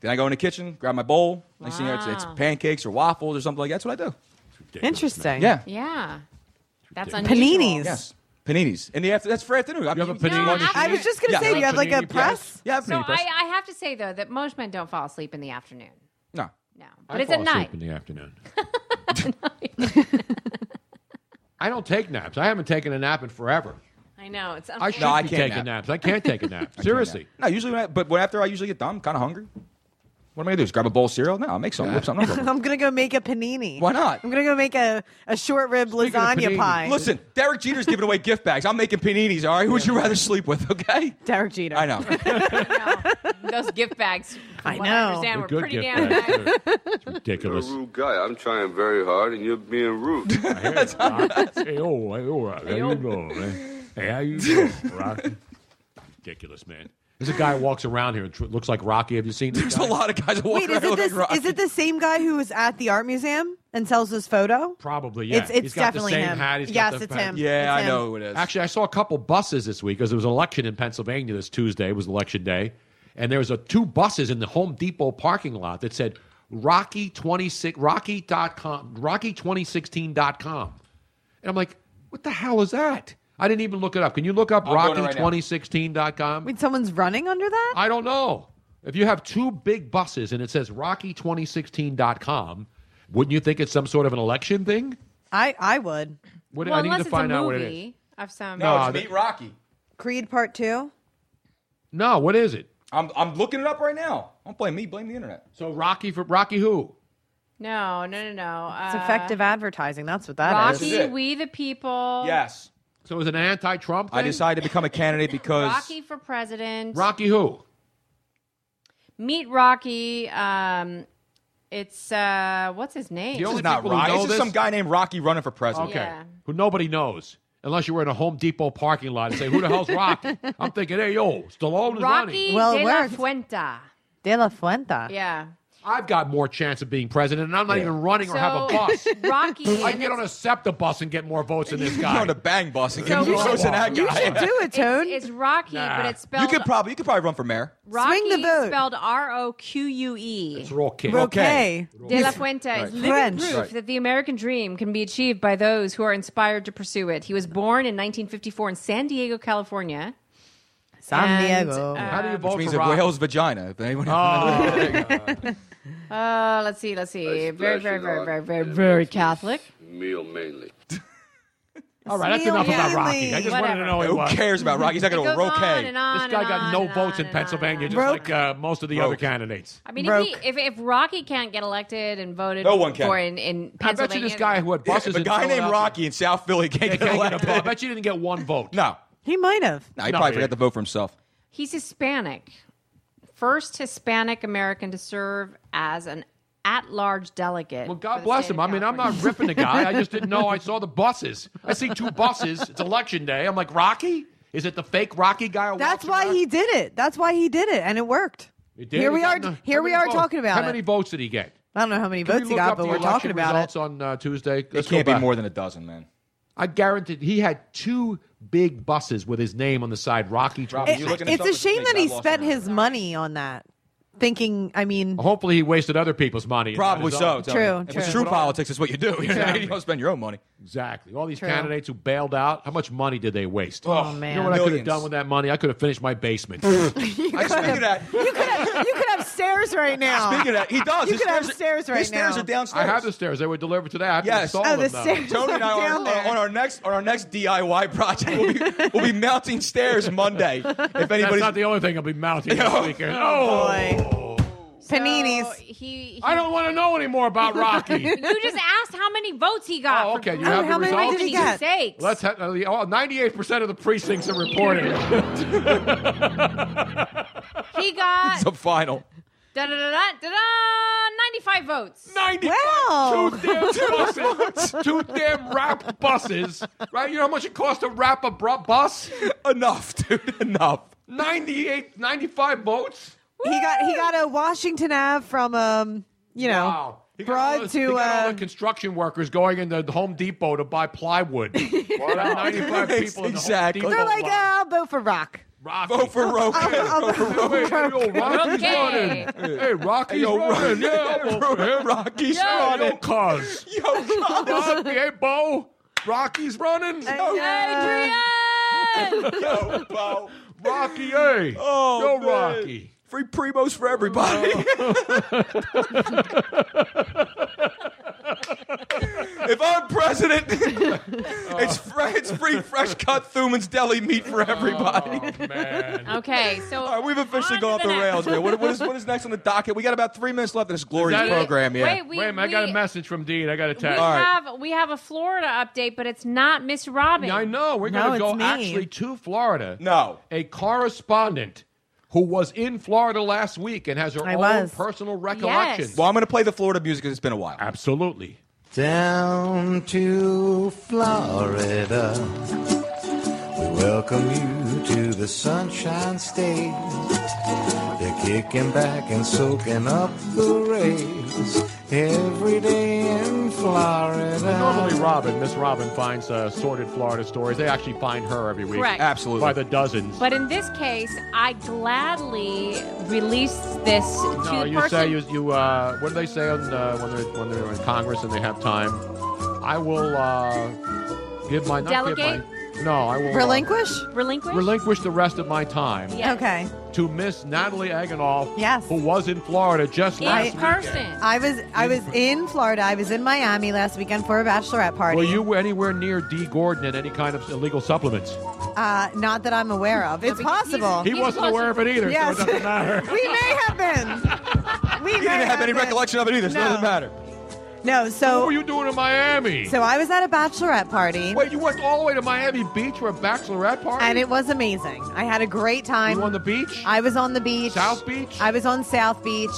Speaker 4: then I go in the kitchen, grab my bowl. Next thing you know, it's, it's
Speaker 5: Wow.
Speaker 4: pancakes or waffles or something like that. That's what I do.
Speaker 6: Interesting.
Speaker 4: Yeah.
Speaker 5: Yeah, that's unusual.
Speaker 6: Paninis.
Speaker 4: Yes. Paninis in the after. That's for afternoon. I'm
Speaker 1: You have a
Speaker 4: eating-
Speaker 1: panini
Speaker 5: No,
Speaker 1: machine?
Speaker 6: I was just gonna
Speaker 4: Yeah.
Speaker 6: say you have like a
Speaker 1: Panini
Speaker 6: press.
Speaker 1: press.
Speaker 4: Yeah, I have
Speaker 5: So
Speaker 4: panini press.
Speaker 5: I, I have to say though that most men don't fall asleep in the afternoon.
Speaker 4: no.
Speaker 5: No, but
Speaker 1: I
Speaker 5: it's
Speaker 1: fall
Speaker 5: at
Speaker 1: asleep
Speaker 5: night.
Speaker 1: in the afternoon. I don't take naps. I haven't taken a nap in forever.
Speaker 5: I know it's.
Speaker 1: I
Speaker 5: Unfortunate.
Speaker 1: should
Speaker 4: No, I
Speaker 1: be
Speaker 4: can't
Speaker 1: taking
Speaker 4: nap.
Speaker 1: naps. I can't take a nap. Seriously.
Speaker 4: No, usually, when I, but when after I usually get done, I'm kind of hungry. What am I gonna do? Just grab a bowl of cereal? No, I'll make something. Whip something up.
Speaker 6: I'm gonna go make a panini.
Speaker 4: Why not?
Speaker 6: I'm gonna go make a, a short rib
Speaker 1: of
Speaker 6: lasagna
Speaker 1: panini,
Speaker 6: pie.
Speaker 4: Listen, Derek Jeter's giving away gift bags. I'm making paninis. All right, who would you rather sleep with? Okay.
Speaker 6: Derek Jeter.
Speaker 4: I know.
Speaker 5: No, those gift bags. from
Speaker 6: I
Speaker 5: what
Speaker 6: know.
Speaker 5: I understand
Speaker 1: They're
Speaker 5: were
Speaker 1: good
Speaker 5: pretty
Speaker 1: gift
Speaker 5: damn
Speaker 1: bags,
Speaker 5: nice.
Speaker 1: too. It's ridiculous.
Speaker 9: guy. I'm trying very hard, and you're being rude.
Speaker 1: I hear you, Rock. hey, oh, hey, oh, Rock, how you doing, man? Hey, oh. how you doing, Rock? Ridiculous, man. There's a guy who walks around here and tr- looks like Rocky. Have you seen this
Speaker 4: There's
Speaker 1: guy?
Speaker 4: a lot of guys walking
Speaker 6: Wait, is
Speaker 4: around
Speaker 6: it
Speaker 4: looking
Speaker 6: this?
Speaker 4: rotten.
Speaker 6: Is it the same guy who was at the art museum and sells this photo?
Speaker 1: Probably, yeah.
Speaker 6: It's it's
Speaker 1: He's got
Speaker 6: definitely
Speaker 1: the same
Speaker 6: him.
Speaker 1: hat. he's got
Speaker 6: yes,
Speaker 1: the
Speaker 6: it's
Speaker 1: fa-
Speaker 6: him.
Speaker 4: Yeah,
Speaker 6: It's
Speaker 4: I
Speaker 6: him.
Speaker 4: know who it is.
Speaker 1: Actually, I saw a couple buses this week because there was an election in Pennsylvania this Tuesday. It was election day, and there was a two buses in the Home Depot parking lot that said Rocky twenty six Rocky dot com Rocky twenty sixteen dot com, and I'm like, what the hell is that? I didn't even look it up. Can you look up
Speaker 4: I'm
Speaker 1: Rocky
Speaker 4: doing it right now.
Speaker 1: 2016 dot com?
Speaker 6: Wait, someone's running under that?
Speaker 1: I don't know. If you have two big buses and it says Rocky 2016 dot com, wouldn't you think it's some sort of an election thing?
Speaker 6: I I would.
Speaker 1: What,
Speaker 5: Well,
Speaker 1: I need to
Speaker 5: unless it's
Speaker 1: find
Speaker 5: a
Speaker 1: out what it is. Uh,
Speaker 5: movie of some.
Speaker 4: No,
Speaker 1: Ah,
Speaker 4: Oh, it's
Speaker 1: the-
Speaker 4: Meet Rocky.
Speaker 6: Creed Part Two.
Speaker 1: No, what is it?
Speaker 4: I'm, I'm looking it up right now. Don't blame me. Blame the internet.
Speaker 1: So Rocky for Rocky who?
Speaker 5: no, no, no, no.
Speaker 6: It's
Speaker 5: Uh,
Speaker 6: effective advertising. That's what that is.
Speaker 4: This
Speaker 5: Rocky,
Speaker 4: is it.
Speaker 5: we the people.
Speaker 4: Yes.
Speaker 1: So it was an anti-Trump.
Speaker 4: I
Speaker 1: thing?
Speaker 4: decided to become a candidate because
Speaker 5: Rocky for president.
Speaker 1: Rocky who?
Speaker 5: Meet Rocky. Um, it's uh, what's his name?
Speaker 1: The
Speaker 4: this
Speaker 1: only
Speaker 4: is not
Speaker 1: people who
Speaker 4: Rocky.
Speaker 1: know
Speaker 4: This is
Speaker 1: this-
Speaker 4: some guy named Rocky running for president.
Speaker 1: Okay,
Speaker 5: Yeah.
Speaker 1: who nobody knows unless you were in a Home Depot parking lot and say, "Who the hell's Rocky?" I'm thinking, "Hey, yo, Stallone is
Speaker 5: Rocky
Speaker 1: running."
Speaker 6: Well,
Speaker 5: de
Speaker 6: it
Speaker 5: la
Speaker 6: worked.
Speaker 5: Fuenta.
Speaker 6: De La Fuente.
Speaker 5: Yeah.
Speaker 1: I've got more chance of being president, and I'm not even running or have a bus.
Speaker 5: So Rocky.
Speaker 1: I
Speaker 5: and
Speaker 1: get on a
Speaker 5: it's-
Speaker 1: SEPTA bus and get more votes than this
Speaker 4: You
Speaker 1: guy.
Speaker 4: on the bang bus and
Speaker 5: So
Speaker 4: give me
Speaker 5: you
Speaker 4: votes
Speaker 5: should-
Speaker 4: in that
Speaker 6: You
Speaker 4: guy.
Speaker 6: should do it, Tone.
Speaker 5: It's, it's Rocky,
Speaker 1: Nah.
Speaker 5: but it's
Speaker 4: You
Speaker 5: spelled
Speaker 4: could probably you could probably run for mayor.
Speaker 5: Rocky
Speaker 6: Swing the vote.
Speaker 5: spelled R O Q U E.
Speaker 1: It's raw kid.
Speaker 6: okay.
Speaker 5: De La Fuente is living
Speaker 6: French.
Speaker 5: proof
Speaker 4: Right.
Speaker 5: that the American dream can be achieved by those who are inspired to pursue it. He was born in 1954 in San Diego, California.
Speaker 6: San
Speaker 5: And,
Speaker 6: Diego.
Speaker 5: uh,
Speaker 1: How do you vote
Speaker 4: Which means
Speaker 1: for
Speaker 4: a
Speaker 1: Rocky?
Speaker 4: whale's vagina. If anyone
Speaker 5: Uh, let's see, let's see. Very, very,
Speaker 9: splashing
Speaker 5: very,
Speaker 1: uh,
Speaker 9: on
Speaker 5: very, very,
Speaker 9: and
Speaker 5: very
Speaker 9: it's-
Speaker 5: Catholic.
Speaker 9: Meal mainly.
Speaker 1: All right, that's enough about Rocky. I just wanted to
Speaker 5: Whatever.
Speaker 1: know who he
Speaker 4: who
Speaker 1: was.
Speaker 4: cares about Rocky? He's not
Speaker 5: It
Speaker 4: going to
Speaker 5: goes on
Speaker 4: roquet.
Speaker 5: and on
Speaker 1: This
Speaker 5: and
Speaker 1: guy got
Speaker 5: on
Speaker 1: no
Speaker 5: and
Speaker 1: votes
Speaker 5: on
Speaker 1: in
Speaker 5: and on
Speaker 1: Pennsylvania,
Speaker 5: and
Speaker 1: just
Speaker 5: on.
Speaker 1: like uh, most of the other
Speaker 4: Broke.
Speaker 1: candidates.
Speaker 5: I mean, if, he,
Speaker 6: Broke.
Speaker 5: if, if Rocky can't get elected and voted
Speaker 4: No one can.
Speaker 5: for in, in
Speaker 1: I bet
Speaker 5: Pennsylvania,
Speaker 1: you this guy who had buses
Speaker 4: a
Speaker 1: in
Speaker 4: guy named
Speaker 1: Philadelphia-
Speaker 4: Rocky in South Philly can't
Speaker 1: Can't
Speaker 4: get
Speaker 1: get a vote. I
Speaker 4: elected.
Speaker 1: bet you didn't get one vote.
Speaker 4: No,
Speaker 6: He might have.
Speaker 4: no, he
Speaker 1: No,
Speaker 4: probably
Speaker 1: he-
Speaker 4: forgot to vote for himself.
Speaker 5: He's Hispanic, first Hispanic American to serve as an at-large delegate.
Speaker 1: Well,
Speaker 5: for
Speaker 1: God
Speaker 5: the
Speaker 1: bless
Speaker 5: state
Speaker 1: him. I
Speaker 5: of
Speaker 1: mean, I'm not
Speaker 5: California.
Speaker 1: ripping the guy. I just didn't know. I saw the buses. I see two buses. It's election day. I'm like, Rocky? Is it the fake Rocky guy? who walks
Speaker 6: That's why
Speaker 1: around?
Speaker 6: he did it. That's why he did it, and it worked.
Speaker 1: It did.
Speaker 6: Here
Speaker 1: He
Speaker 6: we
Speaker 1: got
Speaker 6: are.
Speaker 1: in the-
Speaker 6: Here
Speaker 1: how
Speaker 6: we
Speaker 1: many
Speaker 6: are
Speaker 1: votes?
Speaker 6: talking about
Speaker 1: How many
Speaker 6: it.
Speaker 1: votes did he get?
Speaker 6: I don't know how many
Speaker 1: Can
Speaker 6: votes
Speaker 1: we
Speaker 6: he
Speaker 1: look
Speaker 6: got,
Speaker 1: up
Speaker 6: but
Speaker 1: the
Speaker 6: we're
Speaker 1: election
Speaker 6: talking about
Speaker 1: results
Speaker 6: it.
Speaker 1: on uh, Tuesday.
Speaker 4: It
Speaker 1: Let's
Speaker 4: can't
Speaker 1: go
Speaker 4: be
Speaker 1: back.
Speaker 4: more than a dozen, man.
Speaker 1: I guarantee he had two big buses with his name on the side. Rocky.
Speaker 4: Rob,
Speaker 1: Rocky.
Speaker 4: you looking
Speaker 6: It-
Speaker 4: this
Speaker 6: it's
Speaker 4: up
Speaker 6: a
Speaker 4: or
Speaker 6: shame
Speaker 4: something?
Speaker 6: that he
Speaker 4: I lost
Speaker 6: spent
Speaker 4: it.
Speaker 6: his money on that. thinking. I mean,
Speaker 1: Hopefully, he wasted other people's money. and not
Speaker 4: Probably
Speaker 1: his
Speaker 4: so.
Speaker 1: own.
Speaker 4: Tony.
Speaker 6: True,
Speaker 4: If it's
Speaker 6: true.
Speaker 4: true politics, is what you do. You, know, you don't spend your own money.
Speaker 1: Exactly. All these candidates who bailed out, how much money did they waste?
Speaker 6: Oh, man.
Speaker 1: You know what I could have
Speaker 4: Millions.
Speaker 1: done with that money? I could have finished my basement. That's
Speaker 4: I speak of that.
Speaker 6: you could have, you could have stairs right now.
Speaker 4: Speaking of that, he does.
Speaker 6: You
Speaker 4: His
Speaker 6: could have
Speaker 4: are-
Speaker 6: stairs right
Speaker 4: His stairs
Speaker 6: now.
Speaker 4: are downstairs.
Speaker 1: I have the stairs. They were delivered today. I haven't
Speaker 4: Yes.
Speaker 1: installed
Speaker 6: Oh, the
Speaker 1: them, though.
Speaker 6: stairs.
Speaker 4: Tony and I are
Speaker 6: Down
Speaker 4: on,
Speaker 6: there.
Speaker 4: on our next on our next DIY project. We'll be, we'll be mounting stairs Monday. If
Speaker 1: That's
Speaker 4: anybody's
Speaker 1: not the only thing I'll be mounting this weekend. Oh,
Speaker 6: Boy.
Speaker 5: So
Speaker 6: Paninis.
Speaker 5: he, he-
Speaker 1: I don't want to know anymore about Rocky.
Speaker 5: You just asked how many votes he got.
Speaker 1: Oh,
Speaker 5: for
Speaker 1: okay. You
Speaker 5: Christ's
Speaker 1: have the
Speaker 6: how many
Speaker 1: results?
Speaker 6: did he get?
Speaker 5: sakes.
Speaker 1: Let's have uh, the- oh, 98% of the precincts are reported.
Speaker 5: he got
Speaker 4: the final.
Speaker 5: da da da da da ninety-five votes.
Speaker 1: 95
Speaker 6: Wow.
Speaker 1: two damn buses, two damn wrapped buses, right? You know how much it costs to wrap a bru- bus?
Speaker 4: Enough, dude. Enough.
Speaker 1: 98, 95 votes?
Speaker 6: He got he got a Washington Ave from um you know
Speaker 1: Wow. He got, all
Speaker 6: broad
Speaker 1: those- he
Speaker 6: to
Speaker 1: got all
Speaker 6: uh,
Speaker 1: the construction workers going into the Home Depot to buy plywood. Wow. 95 people in the
Speaker 4: Exactly.
Speaker 1: Home Depot
Speaker 6: they're like uh,
Speaker 1: line.
Speaker 6: I'll vote for Rock.
Speaker 1: Rocky.
Speaker 4: Vote for Rogan.
Speaker 1: Hey, hey, yo, Rocky's running. Hey, Rocky's
Speaker 5: Okay.
Speaker 4: Yo,
Speaker 1: running. Yeah, I'll vote for him.
Speaker 4: Rocky's
Speaker 1: Hey,
Speaker 4: on
Speaker 1: yo,
Speaker 4: it.
Speaker 1: cuz.
Speaker 4: Yo, Rocky.
Speaker 1: Rocky, hey, Bo. Rocky's running.
Speaker 5: Adrian.
Speaker 4: Yo, Bo.
Speaker 1: Rocky, hey.
Speaker 4: Oh,
Speaker 1: Yo,
Speaker 4: man.
Speaker 1: Rocky.
Speaker 4: Free primos for everybody. if I'm president, it's, fre- it's free fresh cut Thuman's deli meat for everybody.
Speaker 1: Oh, man.
Speaker 5: okay, so
Speaker 4: All right, we've officially
Speaker 5: on
Speaker 4: gone off
Speaker 5: to
Speaker 4: the
Speaker 5: next.
Speaker 4: rails, man. What, what, is, what is next on the docket? We got about three minutes left in this glorious
Speaker 1: Is that it?
Speaker 4: program, yeah.
Speaker 5: Wait, we,
Speaker 1: Wait a minute,
Speaker 5: we,
Speaker 1: I got a message from Dean. I got a
Speaker 5: We
Speaker 1: text.
Speaker 4: All right.
Speaker 5: have we have a Florida update, but it's not Miss Robin.
Speaker 1: I know. We're
Speaker 6: No,
Speaker 1: going to
Speaker 6: it's
Speaker 1: go
Speaker 6: me.
Speaker 1: actually to Florida.
Speaker 4: No.
Speaker 1: A correspondent who was in Florida last week and has her
Speaker 6: I
Speaker 1: own
Speaker 6: was.
Speaker 1: personal recollections.
Speaker 4: Well, I'm going to play the Florida music because it's been a while.
Speaker 1: Absolutely.
Speaker 10: Down to Florida. We welcome you to the Sunshine State. They're kicking back and soaking up the rays every day in Florida.
Speaker 1: Normally, Robin, Miss Robin, finds uh, sordid Florida stories. They actually find her every week.
Speaker 5: Correct.
Speaker 4: Absolutely.
Speaker 1: By the dozens.
Speaker 5: But in this case, I gladly released this to
Speaker 1: no,
Speaker 5: the
Speaker 1: you
Speaker 5: person.
Speaker 1: say you, you uh, what do they say on, uh, when they're when they're in Congress and they have time? I will uh, give my not
Speaker 5: Delegate?
Speaker 1: Give my, no, I will uh,
Speaker 6: Relinquish?
Speaker 5: relinquish.
Speaker 1: relinquish the rest of my time
Speaker 5: Yes.
Speaker 6: Okay.
Speaker 1: to Miss Natalie Aganoff,
Speaker 6: Yes.
Speaker 1: who was in Florida just
Speaker 5: In
Speaker 1: last
Speaker 5: person.
Speaker 6: I was I was in Florida. I was in Miami last weekend for a bachelorette party.
Speaker 1: Were you anywhere near D. Gordon and any kind of illegal supplements?
Speaker 6: Uh, not that I'm aware of. It's
Speaker 5: because he's-
Speaker 6: possible.
Speaker 1: He
Speaker 5: He's
Speaker 1: wasn't
Speaker 5: closer-
Speaker 1: aware of it either,
Speaker 6: Yes.
Speaker 1: so it doesn't matter.
Speaker 6: we may have been. We
Speaker 4: He didn't have any recollection of it either, so it doesn't
Speaker 6: No.
Speaker 4: matter.
Speaker 6: No,
Speaker 1: what
Speaker 6: so
Speaker 1: were you doing in Miami?
Speaker 6: so I was at a bachelorette party,
Speaker 1: Wait, you went all the way to Miami Beach for a bachelorette party?
Speaker 6: and it was amazing. I had a great time.
Speaker 1: you on the beach?
Speaker 6: I was on the beach.
Speaker 1: South Beach?
Speaker 6: I was on South Beach.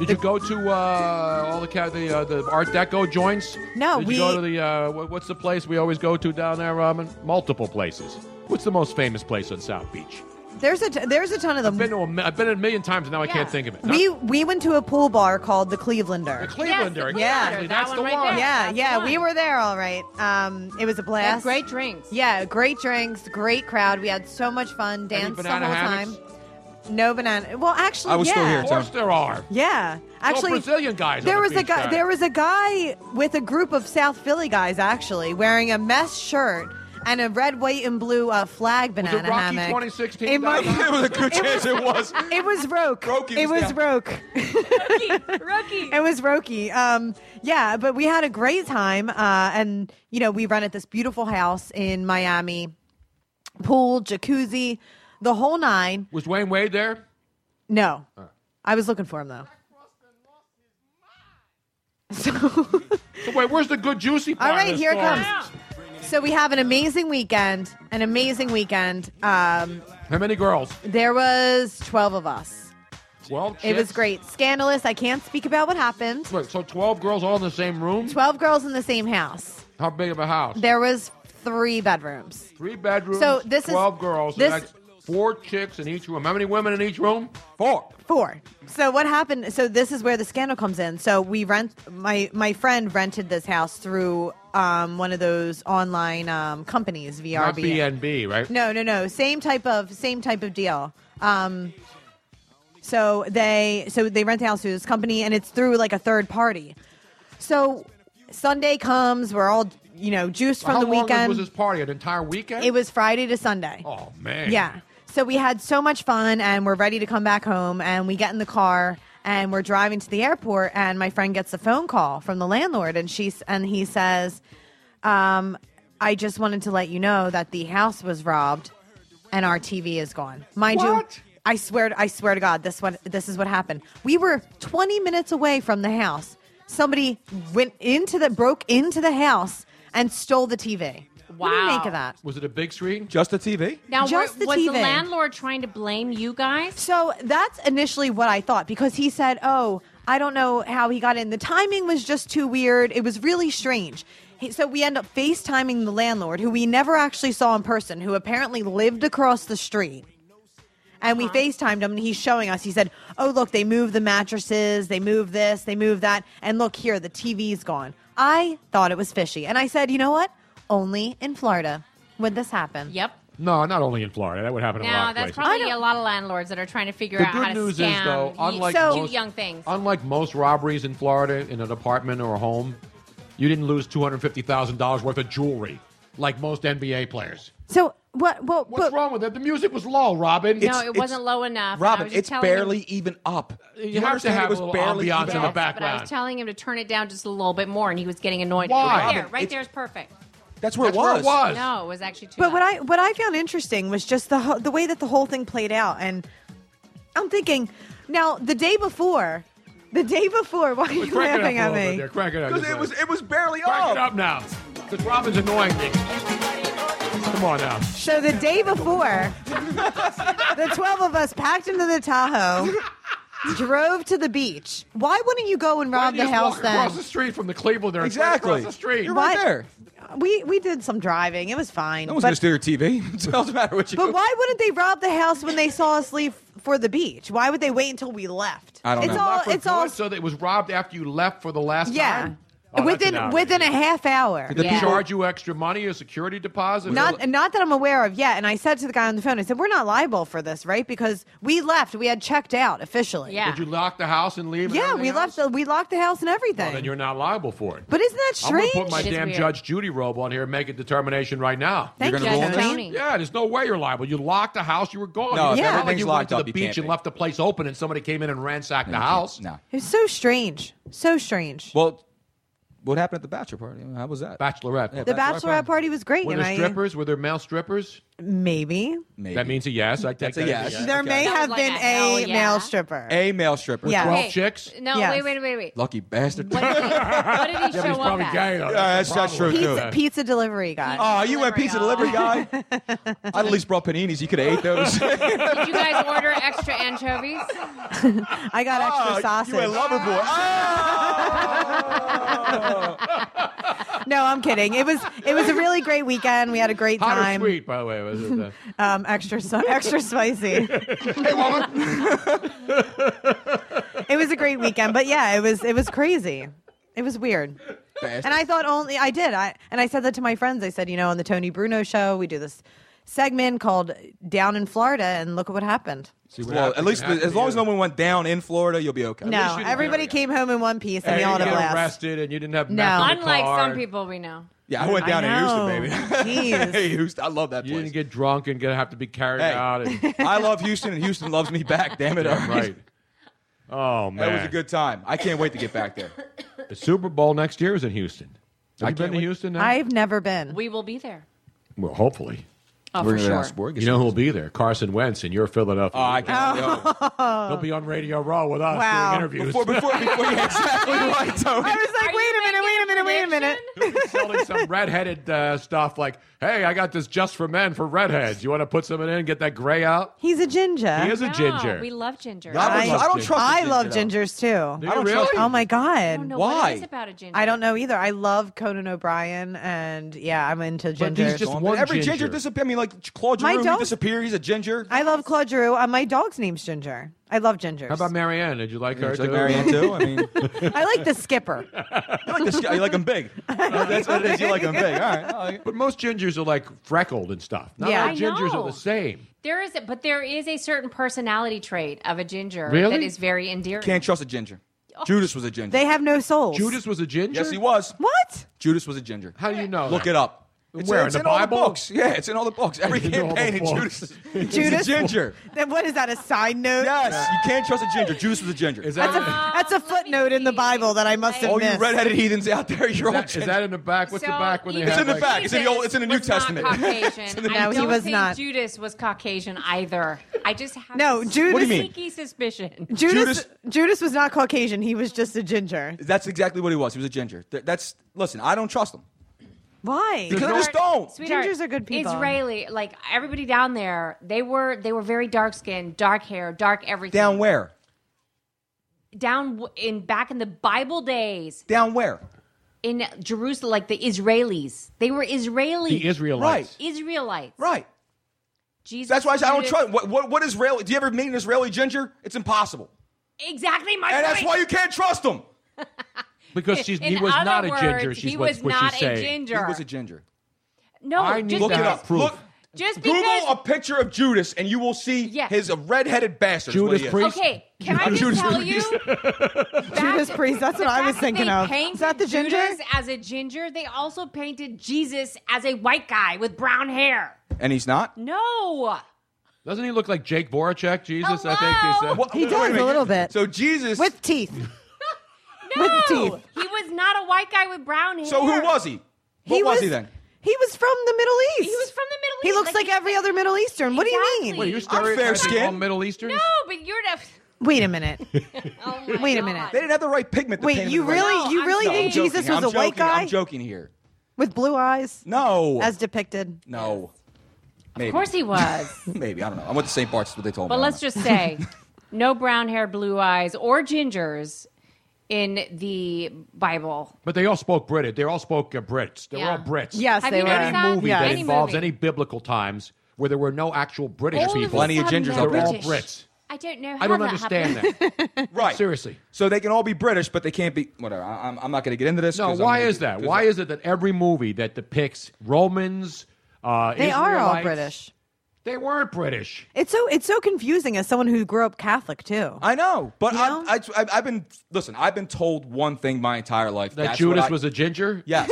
Speaker 1: Did you go to uh, all the ca- the, uh, the Art Deco joints?
Speaker 6: No,
Speaker 1: Did
Speaker 6: we-
Speaker 1: you go to the uh, wh- what's the place we always go to down there, Robin? Multiple places. What's the most famous place on South Beach?
Speaker 6: There's a t- there's a ton of them.
Speaker 1: I've been to a, mi- I've been a million times and now I
Speaker 5: Yeah.
Speaker 1: can't think of it.
Speaker 6: we
Speaker 1: Not-
Speaker 6: we went to a pool bar called the Clevelander.
Speaker 1: the Clevelander.
Speaker 5: Yes, the
Speaker 6: Yeah.
Speaker 1: exactly.
Speaker 5: Clevelander,
Speaker 1: That's
Speaker 5: that
Speaker 1: the
Speaker 5: one right there.
Speaker 6: yeah,
Speaker 5: That's
Speaker 6: yeah,
Speaker 5: the
Speaker 6: we
Speaker 5: one.
Speaker 6: were there all right. Um, it was a
Speaker 5: They had
Speaker 6: blast.
Speaker 5: great drinks.
Speaker 6: Yeah, great drinks, great crowd. We had so much fun. Danced the whole
Speaker 1: banana hammocks?
Speaker 6: time. No banana. Well, actually,
Speaker 4: I was
Speaker 6: yeah.
Speaker 4: still
Speaker 1: Of
Speaker 4: here.
Speaker 1: course there are.
Speaker 6: Yeah, actually,
Speaker 1: Brazilian guys
Speaker 6: There
Speaker 1: on the
Speaker 6: was a
Speaker 1: beach
Speaker 6: guy.
Speaker 1: down
Speaker 6: There
Speaker 1: there.
Speaker 6: was a guy with a group of South Philly guys actually wearing a mesh shirt and a red, white, and blue uh, flag
Speaker 1: Was
Speaker 6: banana
Speaker 1: it Rocky
Speaker 6: hammock.
Speaker 1: 2016?
Speaker 6: It might-
Speaker 4: it was a good chance it was.
Speaker 6: It was Roke.
Speaker 4: Rokie
Speaker 6: it
Speaker 4: was
Speaker 6: was
Speaker 4: down.
Speaker 6: Roke.
Speaker 5: Rookie.
Speaker 6: It was Roki. Um, yeah, but we had a great time. Uh, and, you know, we run at this beautiful house in Miami pool, jacuzzi, the whole nine.
Speaker 1: Was Wayne Wade there?
Speaker 6: No, I was looking for him, though.
Speaker 1: So wait, where's the good juicy part?
Speaker 6: All
Speaker 1: of
Speaker 6: right,
Speaker 1: this
Speaker 6: here it
Speaker 1: story?
Speaker 6: comes. So we have an amazing weekend, an amazing weekend. Um,
Speaker 1: How many girls?
Speaker 6: there was 12 of us.
Speaker 1: Twelve.
Speaker 6: It was
Speaker 1: chicks?
Speaker 6: great. Scandalous. I can't speak about what happened.
Speaker 1: Wait, so twelve girls all in the same room?
Speaker 6: 12 girls in the same house.
Speaker 1: How big of a house?
Speaker 6: There was three bedrooms.
Speaker 1: Three bedrooms.
Speaker 6: So this is-
Speaker 1: twelve girls. and
Speaker 6: this-
Speaker 1: that's four chicks in each room. How many women in each room?
Speaker 4: Four.
Speaker 6: Four. So what happened? So this is where the scandal comes in. So we rent my my friend rented this house through um, one of those online um, companies,
Speaker 1: Not
Speaker 6: VRBN.
Speaker 1: BNB, right?
Speaker 6: No, no, no. Same type of same type of deal. Um, So they so they rent the house to this company, and it's through like a third party. So Sunday comes, we're all you know juiced from
Speaker 1: How
Speaker 6: the
Speaker 1: long
Speaker 6: weekend.
Speaker 1: was this party? An entire weekend?
Speaker 6: It was Friday to Sunday.
Speaker 1: Oh man.
Speaker 6: Yeah. So we had so much fun and we're ready to come back home and we get in the car and we're driving to the airport and my friend gets a phone call from the landlord and she's and he says um, I just wanted to let you know that the house was robbed and our TV is gone. Mind
Speaker 1: What?
Speaker 6: you I swear I swear to God this what this is what happened. We were 20 minutes away from the house. Somebody went into the broke into the house and stole the TV. What do you
Speaker 5: Wow.
Speaker 6: make of that?
Speaker 1: Was it a big screen?
Speaker 4: Just the TV.
Speaker 5: Now,
Speaker 6: Just
Speaker 5: were-
Speaker 6: the
Speaker 5: was the
Speaker 6: TV.
Speaker 5: landlord trying to blame you guys?
Speaker 6: So that's initially what I thought because he said, "Oh, I don't know how he got in. The timing was just too weird. It was really strange." He- So we end up FaceTiming the landlord, who we never actually saw in person, who apparently lived across the street. And we FaceTimed him, and he's showing us. He said, "Oh, look, they moved the mattresses, they moved this, they moved that, and look here, the TV's gone." I thought it was fishy, and I said, "You know what? Only in Florida would this happen."
Speaker 5: Yep.
Speaker 1: No, not only in Florida. That would happen in a lot
Speaker 5: Now
Speaker 1: of
Speaker 5: that's
Speaker 1: places.
Speaker 5: probably
Speaker 6: I
Speaker 5: a
Speaker 6: don't-
Speaker 5: lot of landlords that are trying to figure
Speaker 1: The
Speaker 5: out
Speaker 1: good
Speaker 5: how to
Speaker 1: news is,
Speaker 5: scam
Speaker 1: though,
Speaker 5: y-
Speaker 1: unlike
Speaker 5: cute
Speaker 6: most-
Speaker 5: young things.
Speaker 1: Unlike most robberies in Florida in an apartment or a home, you didn't lose two hundred fifty thousand dollars worth of jewelry like most NBA players.
Speaker 6: So what? What?
Speaker 1: What's
Speaker 6: but,
Speaker 1: wrong with it? The music was low, Robin.
Speaker 5: no, it wasn't low enough. and I
Speaker 4: Robin,
Speaker 5: was just
Speaker 4: it's
Speaker 5: telling him-
Speaker 4: barely even up.
Speaker 1: You have to
Speaker 4: understand
Speaker 1: have
Speaker 4: it was
Speaker 1: a little
Speaker 4: barely
Speaker 1: ambiance
Speaker 4: even
Speaker 1: in the
Speaker 4: up.
Speaker 1: back.
Speaker 5: But I
Speaker 1: background.
Speaker 5: was telling him to turn it down just a little bit more, and he was getting annoyed.
Speaker 1: Why?
Speaker 5: Right there,
Speaker 4: Robin,
Speaker 5: right
Speaker 4: it's-
Speaker 5: there is perfect.
Speaker 4: That's where
Speaker 1: That's
Speaker 4: it was.
Speaker 1: where it was.
Speaker 5: No, it was actually too.
Speaker 6: But
Speaker 5: much.
Speaker 6: what I what I found interesting was just the ho- the way that the whole thing played out, and I'm thinking now the day before, the day before. Why are you
Speaker 1: Crank it
Speaker 6: laughing
Speaker 1: up a
Speaker 6: at
Speaker 1: little bit
Speaker 6: me?
Speaker 1: there. Crank it up.
Speaker 4: Because
Speaker 1: just
Speaker 4: it
Speaker 1: a-
Speaker 4: was it was barely
Speaker 1: Crank
Speaker 4: up.
Speaker 1: it up now. Because Robin's annoying me. Come on now.
Speaker 6: So the day before, the twelve of us packed into the Tahoe, drove to the beach. Why wouldn't you go and
Speaker 1: Why
Speaker 6: rob
Speaker 1: didn't
Speaker 6: the
Speaker 1: you just
Speaker 6: house
Speaker 1: walk
Speaker 6: then?
Speaker 1: Across the street from the Cleveland there. and straight
Speaker 4: Exactly.
Speaker 1: Across the street.
Speaker 4: You're right
Speaker 6: What?
Speaker 4: there.
Speaker 6: We we did some driving. It was fine.
Speaker 4: No one's
Speaker 6: but,
Speaker 4: gonna steal your TV. it doesn't matter what you.
Speaker 6: but why wouldn't they rob the house when they saw us leave for the beach? Why would they wait until we left?
Speaker 4: I don't
Speaker 6: it's
Speaker 4: know.
Speaker 6: all
Speaker 1: Not for
Speaker 6: it's all
Speaker 1: good, so that it was robbed after you left for the last
Speaker 6: Yeah.
Speaker 1: time. Oh, that's an
Speaker 6: within
Speaker 1: outrage.
Speaker 6: within a half hour.
Speaker 4: The
Speaker 1: They
Speaker 5: Yeah.
Speaker 1: charge you extra money, a security deposit.
Speaker 6: Not not that I'm aware of yet. And I said to the guy on the phone, I said, We're not liable for this, right? Because we left. We had checked out officially.
Speaker 5: Yeah.
Speaker 1: Did you lock the house and leave? and
Speaker 6: Yeah,
Speaker 1: everything
Speaker 6: we
Speaker 1: else?
Speaker 6: left the we locked the house and everything.
Speaker 1: Well, then you're not liable for it.
Speaker 6: but isn't that
Speaker 1: I'm going
Speaker 6: strange?
Speaker 1: to put my
Speaker 5: It is
Speaker 1: damn
Speaker 5: weird.
Speaker 1: Judge Judy robe on here and make a determination right now.
Speaker 6: Thank
Speaker 4: You're
Speaker 6: you,
Speaker 4: gonna go on
Speaker 6: Tony.
Speaker 4: this?
Speaker 5: Tony.
Speaker 1: Yeah, there's no way you're liable. You locked the house, you were gone.
Speaker 4: No,
Speaker 1: It's
Speaker 6: if
Speaker 1: not
Speaker 6: everything's
Speaker 1: you went
Speaker 4: locked
Speaker 1: to
Speaker 4: up,
Speaker 1: the
Speaker 4: you
Speaker 1: beach
Speaker 4: can't
Speaker 1: and
Speaker 4: be.
Speaker 1: left the place open and somebody came in and ransacked the
Speaker 4: No,
Speaker 1: house.
Speaker 4: No.
Speaker 6: It was so strange. So strange.
Speaker 4: Well, what happened at the bachelor party? I mean, How was that?
Speaker 1: Bachelorette.
Speaker 4: Yeah,
Speaker 6: the
Speaker 4: Bachelorette
Speaker 6: bachelorette party was great,
Speaker 1: Were
Speaker 6: and
Speaker 1: there
Speaker 6: I
Speaker 1: strippers? Were there male strippers?
Speaker 6: maybe
Speaker 4: Maybe.
Speaker 1: That means a yes. I take
Speaker 4: That's a
Speaker 1: that
Speaker 4: yes.
Speaker 1: as a yes.
Speaker 6: there
Speaker 4: okay.
Speaker 6: may
Speaker 5: That was
Speaker 6: have
Speaker 5: like
Speaker 6: been
Speaker 5: a hell
Speaker 6: a,
Speaker 5: yeah.
Speaker 6: male stripper.
Speaker 4: a male stripper.
Speaker 6: Yeah.
Speaker 1: Twelve
Speaker 5: Hey,
Speaker 1: chicks.
Speaker 5: No,
Speaker 6: Yes.
Speaker 5: wait, wait, wait, wait.
Speaker 4: Lucky bastard.
Speaker 5: What did he, what did he
Speaker 1: Yeah,
Speaker 5: show
Speaker 1: but he's
Speaker 5: up
Speaker 1: probably
Speaker 5: at?
Speaker 1: gay, though.
Speaker 4: Yeah,
Speaker 1: the
Speaker 4: that's- that's
Speaker 1: problem.
Speaker 4: true,
Speaker 6: pizza, pizza delivery guy.
Speaker 4: Oh, you went pizza
Speaker 5: Delivery
Speaker 4: delivery guy. I'd at least brought paninis. You could have ate those.
Speaker 5: Did you guys order extra anchovies?
Speaker 6: I got
Speaker 4: Oh,
Speaker 6: extra sausage.
Speaker 4: You a lover boy. Ah! Oh!
Speaker 6: no, I'm kidding. It was it was a really great weekend. We had a great
Speaker 1: Hot or
Speaker 6: time.
Speaker 1: sweet, by the way. Was it, uh,
Speaker 6: um, extra so- extra spicy. it was a great weekend, but yeah, it was it was crazy. It was weird.
Speaker 4: Bastard.
Speaker 6: And I thought only I did. I and I said that to my friends. I said, you know, on the Tony Bruno show, we do this segment called Down in Florida and look at what happened.
Speaker 1: see what
Speaker 4: well,
Speaker 1: happens-
Speaker 4: at least
Speaker 1: what happens
Speaker 4: as long as
Speaker 1: to you.
Speaker 4: no one went down in Florida, you'll be okay.
Speaker 6: No, everybody came home in one piece and
Speaker 1: And
Speaker 6: we
Speaker 1: you
Speaker 6: all
Speaker 1: didn't
Speaker 6: had a
Speaker 1: get
Speaker 6: blast.
Speaker 1: arrested and you didn't have
Speaker 6: No.
Speaker 1: meth in the
Speaker 5: Unlike
Speaker 1: car
Speaker 5: some
Speaker 1: and
Speaker 5: people we know.
Speaker 4: Yeah, I went down
Speaker 6: I
Speaker 4: in Houston,
Speaker 6: know.
Speaker 4: baby.
Speaker 6: Jeez.
Speaker 4: hey, Houston, I love that
Speaker 1: You
Speaker 4: place.
Speaker 1: didn't get drunk and get have to be carried
Speaker 4: Hey.
Speaker 1: out. And,
Speaker 4: I love Houston, and Houston loves me back. Damn it! all
Speaker 1: Yeah, right. Oh man,
Speaker 4: That was a good time. I can't wait to get back there.
Speaker 1: The Super Bowl next year is in Houston. Have
Speaker 4: I
Speaker 1: you been
Speaker 4: can't
Speaker 1: to
Speaker 4: wait.
Speaker 1: Houston now?
Speaker 6: I've never been.
Speaker 5: We will be there.
Speaker 1: well, hopefully.
Speaker 5: Oh,
Speaker 4: We're gonna
Speaker 5: for
Speaker 4: go
Speaker 5: sure.
Speaker 4: down to Sporgus.
Speaker 1: You know who'll be there? Carson Wentz and your Philadelphia.
Speaker 4: Oh, I can't. Oh.
Speaker 1: They'll be on Radio Raw with us
Speaker 6: Wow.
Speaker 1: doing interviews.
Speaker 4: Before, before, before, yeah, exactly right, Tony.
Speaker 6: I was like,
Speaker 5: Are
Speaker 6: wait
Speaker 5: you
Speaker 6: a minute, wait a minute,
Speaker 5: making
Speaker 6: wait a minute.
Speaker 5: prediction?
Speaker 1: selling some redheaded uh, stuff like, "Hey, I got this just for men for redheads. You want to put some in and get that gray out?"
Speaker 6: He's a ginger.
Speaker 1: He is a
Speaker 5: No,
Speaker 1: ginger.
Speaker 5: We love ginger.
Speaker 4: I,
Speaker 6: I-
Speaker 4: don't- I don't trust. the
Speaker 6: I
Speaker 4: ginger,
Speaker 6: love
Speaker 4: though.
Speaker 6: gingers too.
Speaker 1: Do you
Speaker 4: don't
Speaker 1: really?
Speaker 4: trust-
Speaker 6: Oh my
Speaker 5: I don't
Speaker 6: god.
Speaker 5: know
Speaker 4: Why?
Speaker 5: what it is about a ginger.
Speaker 6: I don't know either. I love Conan O'Brien, and yeah, I'm into
Speaker 1: But
Speaker 6: ginger.
Speaker 1: he's just
Speaker 4: But
Speaker 1: one
Speaker 4: Every ginger,
Speaker 1: ginger
Speaker 4: disappears. I mean, like Claude
Speaker 6: My
Speaker 4: Giroux, he
Speaker 6: dog-
Speaker 4: disappeared. He's a ginger.
Speaker 6: I love Claude Giroux. Uh, my dog's name's Ginger. I love gingers.
Speaker 1: How about Marianne? Did you like her?
Speaker 4: Did you like
Speaker 1: too?
Speaker 4: Marianne too? I mean,
Speaker 6: I like the skipper.
Speaker 4: you like, this, you like them big. That's what it is. You like them big. All right. I like it.
Speaker 1: But most gingers are like freckled and stuff. Not
Speaker 6: Yeah.
Speaker 1: all
Speaker 6: I
Speaker 1: gingers
Speaker 5: know.
Speaker 1: are the same.
Speaker 5: There is, a, but there is a certain personality trait of a ginger that
Speaker 1: Really?
Speaker 5: is very endearing.
Speaker 4: Can't trust a ginger. Judas was a ginger.
Speaker 6: They have no souls.
Speaker 1: Judas was a ginger.
Speaker 4: yes, he was.
Speaker 6: What?
Speaker 4: Judas was a ginger.
Speaker 1: How do you know?
Speaker 4: Look
Speaker 1: that?
Speaker 4: it up. It's,
Speaker 1: Where, in
Speaker 4: it's
Speaker 1: the
Speaker 4: in, all
Speaker 1: Bible?
Speaker 4: the books. Yeah, it's in all the books. Every
Speaker 1: In all the
Speaker 4: campaign in
Speaker 1: books.
Speaker 4: Judas. He's
Speaker 6: Judas?
Speaker 4: a ginger.
Speaker 6: Then what is that? A side note?
Speaker 4: Yes, you can't trust a ginger. Judas was a ginger.
Speaker 1: Is that,
Speaker 5: Oh,
Speaker 6: That's a, that's a
Speaker 5: let me
Speaker 6: footnote in the
Speaker 5: see.
Speaker 6: Bible that I must have
Speaker 1: Oh,
Speaker 4: all you
Speaker 6: missed.
Speaker 4: Oh, redheaded heathens out there, you're all
Speaker 1: that, is that in the back? What's the
Speaker 5: So
Speaker 1: back when they
Speaker 5: even
Speaker 1: have
Speaker 4: It's in the
Speaker 1: like,
Speaker 4: back. It's in the old- it's in the New
Speaker 5: was not
Speaker 4: Testament.
Speaker 5: Caucasian.
Speaker 6: No,
Speaker 5: I
Speaker 6: he
Speaker 5: don't
Speaker 6: was
Speaker 5: think
Speaker 6: not.
Speaker 5: Judas was Caucasian either. I just have
Speaker 6: No,
Speaker 5: a
Speaker 6: Judas- What do you
Speaker 4: mean?
Speaker 5: sneaky suspicion.
Speaker 6: Judas,
Speaker 4: Judas-
Speaker 6: Judas was not Caucasian. He was just a ginger.
Speaker 4: That's exactly what he was. He was a ginger. Th- That's listen. I don't trust him.
Speaker 6: Why?
Speaker 4: Because I just don't.
Speaker 5: Sweetheart,
Speaker 6: Gingers are good people.
Speaker 5: Israeli, like everybody down there, they were they were very dark skinned, dark hair, dark everything.
Speaker 4: Down where?
Speaker 5: Down w- in back in the Bible days
Speaker 4: Down where?
Speaker 5: in Jerusalem, like the Israelis, they were Israeli
Speaker 1: the Israelites?
Speaker 5: Israelites.
Speaker 4: Right.
Speaker 5: Jesus.
Speaker 4: That's why I, said I don't
Speaker 5: Judas-
Speaker 4: trust. What, what, what Israeli? Do you ever meet an Israeli ginger? It's impossible.
Speaker 5: Exactly my.
Speaker 4: And that's
Speaker 1: Oh,
Speaker 5: point.
Speaker 4: why you can't trust him.
Speaker 1: Because she's, he
Speaker 5: In
Speaker 1: was
Speaker 5: other
Speaker 1: not a ginger.
Speaker 5: words,
Speaker 1: She's
Speaker 5: he
Speaker 1: what,
Speaker 5: was
Speaker 1: what
Speaker 5: not
Speaker 1: she's
Speaker 5: a
Speaker 1: saying.
Speaker 4: He
Speaker 5: ginger.
Speaker 4: was a ginger.
Speaker 5: No,
Speaker 1: I need
Speaker 5: just
Speaker 1: to
Speaker 4: Look it
Speaker 5: because-
Speaker 1: have
Speaker 4: up.
Speaker 1: proof.
Speaker 4: Look.
Speaker 5: Just because-
Speaker 4: Google a picture of Judas, and you will see
Speaker 5: Yeah.
Speaker 4: his a redheaded bastard. is what
Speaker 1: Judas
Speaker 4: he is.
Speaker 1: Priest.
Speaker 5: Okay, can I
Speaker 4: Judas
Speaker 5: just tell
Speaker 4: Priest.
Speaker 5: you?
Speaker 6: Judas Priest. That's what I was thinking of. Is that the ginger?
Speaker 5: Judas as a ginger. They also painted Jesus as a white guy with brown hair.
Speaker 4: And he's not.
Speaker 5: No.
Speaker 1: Doesn't he look like Jake Boracek? Jesus, I think he
Speaker 5: Hello?
Speaker 1: said.
Speaker 4: What-
Speaker 6: He does
Speaker 4: wait
Speaker 6: a
Speaker 4: minute.
Speaker 6: little bit.
Speaker 4: So Jesus.
Speaker 6: With teeth.
Speaker 5: No.
Speaker 6: With teeth.
Speaker 5: He was not a white guy with brown hair.
Speaker 4: so who was he? What was, he then?
Speaker 6: He was from the Middle East.
Speaker 5: He was from the Middle
Speaker 6: He
Speaker 5: East,
Speaker 6: looks
Speaker 5: like
Speaker 6: like,
Speaker 5: he-
Speaker 6: every other Middle Eastern. What do you mean?
Speaker 5: Exactly.
Speaker 1: Wait, you're
Speaker 5: I'm
Speaker 1: stereotyping
Speaker 4: fair-skinned.
Speaker 1: all Middle Eastern?
Speaker 5: No, but you're not.
Speaker 6: Wait a minute.
Speaker 5: Oh my
Speaker 6: Wait a
Speaker 5: God.
Speaker 6: minute.
Speaker 4: They didn't have the right pigment. to
Speaker 6: Wait,
Speaker 4: paint him
Speaker 6: you
Speaker 4: the right-
Speaker 6: really,
Speaker 5: No,
Speaker 6: you
Speaker 5: I'm
Speaker 6: really
Speaker 5: joking.
Speaker 6: think
Speaker 4: I'm
Speaker 6: Jesus
Speaker 4: joking.
Speaker 6: was
Speaker 4: I'm
Speaker 6: a white
Speaker 4: joking.
Speaker 6: guy
Speaker 4: I'm joking here.
Speaker 6: with blue eyes,
Speaker 4: No.
Speaker 6: as depicted?
Speaker 4: no. Maybe.
Speaker 5: Of course he was.
Speaker 4: Maybe I don't know. I went to St. Bart's. That's what they told me.
Speaker 5: But
Speaker 4: I don't
Speaker 5: let's
Speaker 4: know.
Speaker 5: just say no brown hair, blue eyes, or gingers in the Bible.
Speaker 1: But they all spoke British. They all spoke uh, Brits. They were
Speaker 5: Yeah.
Speaker 1: all Brits.
Speaker 6: Yes,
Speaker 5: Have
Speaker 6: they
Speaker 5: you
Speaker 6: were.
Speaker 5: noticed
Speaker 1: Any
Speaker 5: that?
Speaker 1: movie
Speaker 6: Yeah.
Speaker 1: that
Speaker 5: Any
Speaker 1: involves
Speaker 5: movie.
Speaker 1: any biblical times where there were no actual British
Speaker 5: All of a
Speaker 1: people.
Speaker 4: Plenty of
Speaker 5: sudden,
Speaker 4: gingers
Speaker 5: they're
Speaker 4: out
Speaker 1: They're
Speaker 4: there.
Speaker 1: all
Speaker 5: British.
Speaker 1: Brits.
Speaker 5: I don't know how
Speaker 1: I don't
Speaker 5: that
Speaker 1: understand
Speaker 5: happened.
Speaker 1: that.
Speaker 4: right.
Speaker 1: Seriously.
Speaker 4: So they can all be British, but they can't be whatever. I, I'm, I'm not going to get into this.
Speaker 1: No,
Speaker 4: 'cause I'm
Speaker 1: why
Speaker 4: gonna
Speaker 1: is
Speaker 4: get-
Speaker 1: that?
Speaker 4: 'cause
Speaker 1: Why
Speaker 4: I-
Speaker 1: is it that every movie that depicts Romans, uh,
Speaker 6: They are all
Speaker 1: Israelites,
Speaker 6: British.
Speaker 1: They weren't British.
Speaker 6: It's so it's so confusing as someone who grew up Catholic too.
Speaker 4: I know, but
Speaker 6: You
Speaker 4: I'm-
Speaker 6: know?
Speaker 4: I, I, have been listen. I've been told one thing my entire life.
Speaker 1: That
Speaker 4: That's
Speaker 1: Judas
Speaker 4: what I-
Speaker 1: was a ginger.
Speaker 4: yes.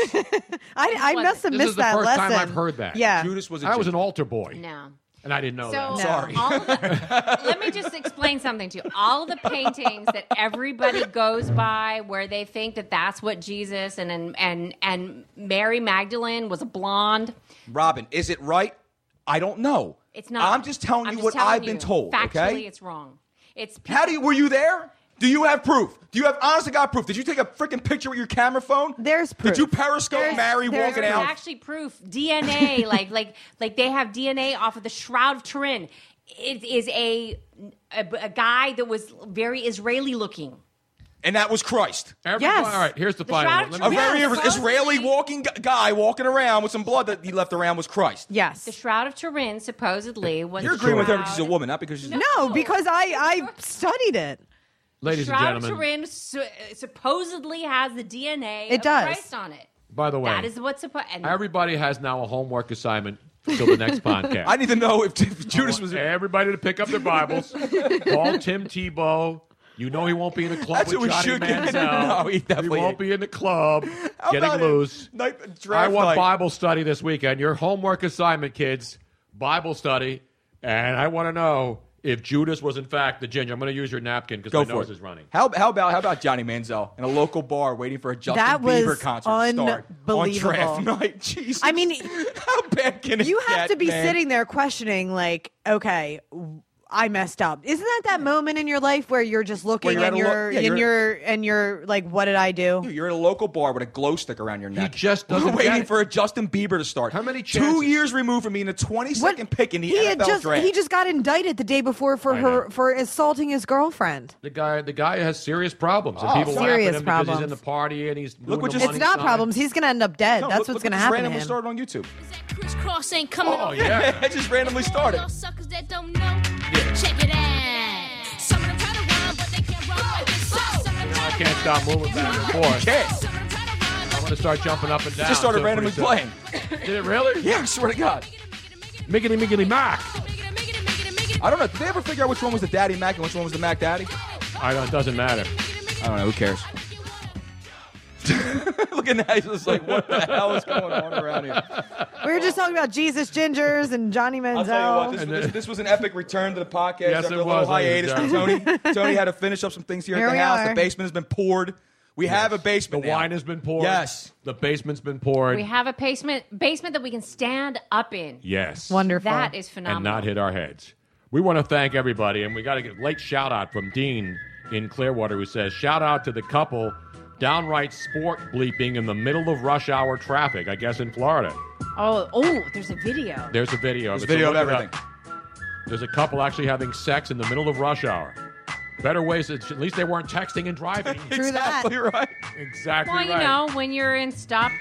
Speaker 6: I, I must have
Speaker 1: This
Speaker 6: missed
Speaker 1: is the
Speaker 6: that
Speaker 1: first
Speaker 6: lesson.
Speaker 1: time I've heard that.
Speaker 6: Yeah,
Speaker 4: Judas was a.
Speaker 1: I was an
Speaker 4: ginger.
Speaker 1: altar boy,
Speaker 5: No.
Speaker 1: and I didn't
Speaker 4: Oh,
Speaker 1: know that.
Speaker 5: So
Speaker 6: Sorry.
Speaker 5: all of the- let me just explain something to you. All the paintings that everybody goes by, where they think that that's what Jesus and and and, and Mary Magdalene was a blonde.
Speaker 4: Robin, is it right? I don't know.
Speaker 5: It's not.
Speaker 4: I'm just telling
Speaker 5: I'm
Speaker 4: you what
Speaker 5: telling
Speaker 4: I've
Speaker 5: you.
Speaker 4: been told.
Speaker 5: Factually,
Speaker 4: okay.
Speaker 5: it's wrong. It's
Speaker 4: How do you? Were you there? Do you have proof? Do you have honest to God proof? Did you take a freaking picture with your camera phone?
Speaker 6: There's
Speaker 4: Did you
Speaker 6: proof.
Speaker 4: Periscope
Speaker 6: There's-
Speaker 4: Mary
Speaker 6: there's
Speaker 4: walking
Speaker 5: There's
Speaker 4: out?
Speaker 5: actually proof DNA, like like like they have DNA off of the Shroud of Turin. It is a a, a guy that was very Israeli looking.
Speaker 4: and that was Christ.
Speaker 1: Everybody-
Speaker 6: Yes.
Speaker 1: All right, here's the,
Speaker 5: The
Speaker 1: final.
Speaker 5: Shroud of
Speaker 1: one.
Speaker 4: A
Speaker 1: Let me-
Speaker 5: Yes.
Speaker 4: very
Speaker 5: Supposedly-
Speaker 4: Israeli walking gu- guy walking around with some blood that he left around was Christ.
Speaker 6: yes.
Speaker 5: The Shroud of Turin supposedly was.
Speaker 4: You're agreeing with her
Speaker 5: her
Speaker 4: because she's a woman, not because she's.
Speaker 6: no, because I I studied it.
Speaker 1: ladies and
Speaker 5: Shroud of
Speaker 1: gentlemen.
Speaker 5: Turin su- supposedly has the DNA
Speaker 6: It
Speaker 5: of
Speaker 6: does.
Speaker 5: Christ on it.
Speaker 1: By the way,
Speaker 5: That is what's supposed.
Speaker 1: everybody has now a homework assignment till the next podcast.
Speaker 4: I need to know if, if Judas was.
Speaker 1: everybody to pick up their Bibles. call Tim Tebow. You know he won't be in the club
Speaker 4: That's
Speaker 1: with
Speaker 4: who we
Speaker 1: Johnny
Speaker 4: should get.
Speaker 1: Manziel.
Speaker 4: No, he definitely
Speaker 1: won't
Speaker 4: ain't.
Speaker 1: be in the club.
Speaker 4: How
Speaker 1: getting
Speaker 4: about it?
Speaker 1: loose.
Speaker 4: Night-
Speaker 1: I
Speaker 4: draft
Speaker 1: want
Speaker 4: night.
Speaker 1: Bible study this weekend. Your homework assignment, kids. Bible study, and I want to know if Judas was in fact the ginger. I'm going to use your napkin because
Speaker 4: Go
Speaker 1: my
Speaker 4: for
Speaker 1: nose
Speaker 4: it.
Speaker 1: is running.
Speaker 4: How, how about how about Johnny Manziel in a local bar waiting for a Justin
Speaker 6: That was
Speaker 4: Bieber concert to start on draft
Speaker 6: unbelievable.
Speaker 4: night? Jesus,
Speaker 6: I mean,
Speaker 4: how bad can it
Speaker 6: You have
Speaker 4: get,
Speaker 6: to be
Speaker 4: man?
Speaker 6: sitting there questioning, like, okay, w- I messed up. Isn't that that moment in your life where you're just looking
Speaker 4: you're at
Speaker 6: and
Speaker 4: a lo-
Speaker 6: you're
Speaker 4: yeah,
Speaker 6: and
Speaker 4: you're-
Speaker 6: you're and you're like, what did I do?
Speaker 4: You're at a local bar with a glow stick around your neck.
Speaker 1: just
Speaker 4: We're
Speaker 1: doesn't
Speaker 4: waiting
Speaker 1: get it.
Speaker 4: for a Justin Bieber to start.
Speaker 1: How many
Speaker 4: Two
Speaker 1: chances?
Speaker 4: years removed from being a 22nd pick in the
Speaker 6: he
Speaker 4: NFL
Speaker 6: had just
Speaker 4: draft.
Speaker 6: he just got indicted the day before for
Speaker 1: I
Speaker 6: her
Speaker 1: know.
Speaker 6: for assaulting his girlfriend.
Speaker 1: The guy, the guy has serious problems, and people laugh at
Speaker 6: serious
Speaker 1: him because
Speaker 6: problems.
Speaker 1: he's in the party and he's doing
Speaker 4: Oh, what
Speaker 1: the
Speaker 4: just-
Speaker 6: It's
Speaker 1: money
Speaker 6: not
Speaker 1: sign.
Speaker 6: problems. He's gonna end up dead.
Speaker 4: No,
Speaker 6: That's
Speaker 4: look-
Speaker 6: what's
Speaker 4: look
Speaker 6: gonna
Speaker 4: what just
Speaker 6: happen to
Speaker 4: randomly
Speaker 6: him.
Speaker 4: started on YouTube.
Speaker 9: That crisscross ain't coming
Speaker 1: Oh yeah.
Speaker 4: it just randomly started.
Speaker 9: suckers that don't know. Check it out. Some of them
Speaker 1: can't stop moving back and forth.
Speaker 4: Can't.
Speaker 1: I'm gonna start jumping up and down.
Speaker 4: Just started
Speaker 1: so
Speaker 4: randomly
Speaker 1: pretty
Speaker 4: playing.
Speaker 1: soon. Did it really?
Speaker 4: Yeah, I swear to God.
Speaker 1: Miggity miggity mac.
Speaker 4: I don't know. Did they ever figure out which one was the Daddy Mac and which one was the Mac Daddy?
Speaker 1: I don't. It doesn't matter.
Speaker 4: I don't know. Who cares? Looking at you, it's like, what the hell is going on around here?
Speaker 6: We were just talking about Jesus Gingers and Johnny
Speaker 4: I'll
Speaker 6: Manziel.
Speaker 4: tell you what, this, this, this was an epic return to the podcast
Speaker 1: Yes,
Speaker 4: after
Speaker 1: it
Speaker 4: a little
Speaker 1: was, ladies
Speaker 4: hiatus
Speaker 1: and
Speaker 4: from Tony. Tony had to finish up some things here,
Speaker 6: Here
Speaker 4: at
Speaker 6: we
Speaker 4: the house.
Speaker 6: are.
Speaker 4: The basement has been poured. We have a
Speaker 1: The
Speaker 4: basement. now.
Speaker 1: wine has been poured.
Speaker 4: Yes.
Speaker 1: The basement's been poured.
Speaker 5: We have a basement basement that we can stand up in.
Speaker 1: yes.
Speaker 6: Wonderful.
Speaker 5: That is phenomenal.
Speaker 1: And not hit our heads. We want to thank everybody, and we got to get a late shout out from Dean in Clearwater, who says, "Shout out to the couple, downright sport bleeping in the middle of rush hour traffic. I guess in Florida.
Speaker 7: Oh, oh, there's a video.
Speaker 1: There's a video.
Speaker 4: There's
Speaker 1: it, so
Speaker 4: video of
Speaker 1: look it up.
Speaker 4: everything.
Speaker 1: There's a couple actually having sex in the middle of rush hour. Better ways. to- At least they weren't texting and driving.
Speaker 6: True that.
Speaker 4: Exactly right.
Speaker 1: exactly.
Speaker 5: well, you
Speaker 1: right.
Speaker 5: know, when you're in stop,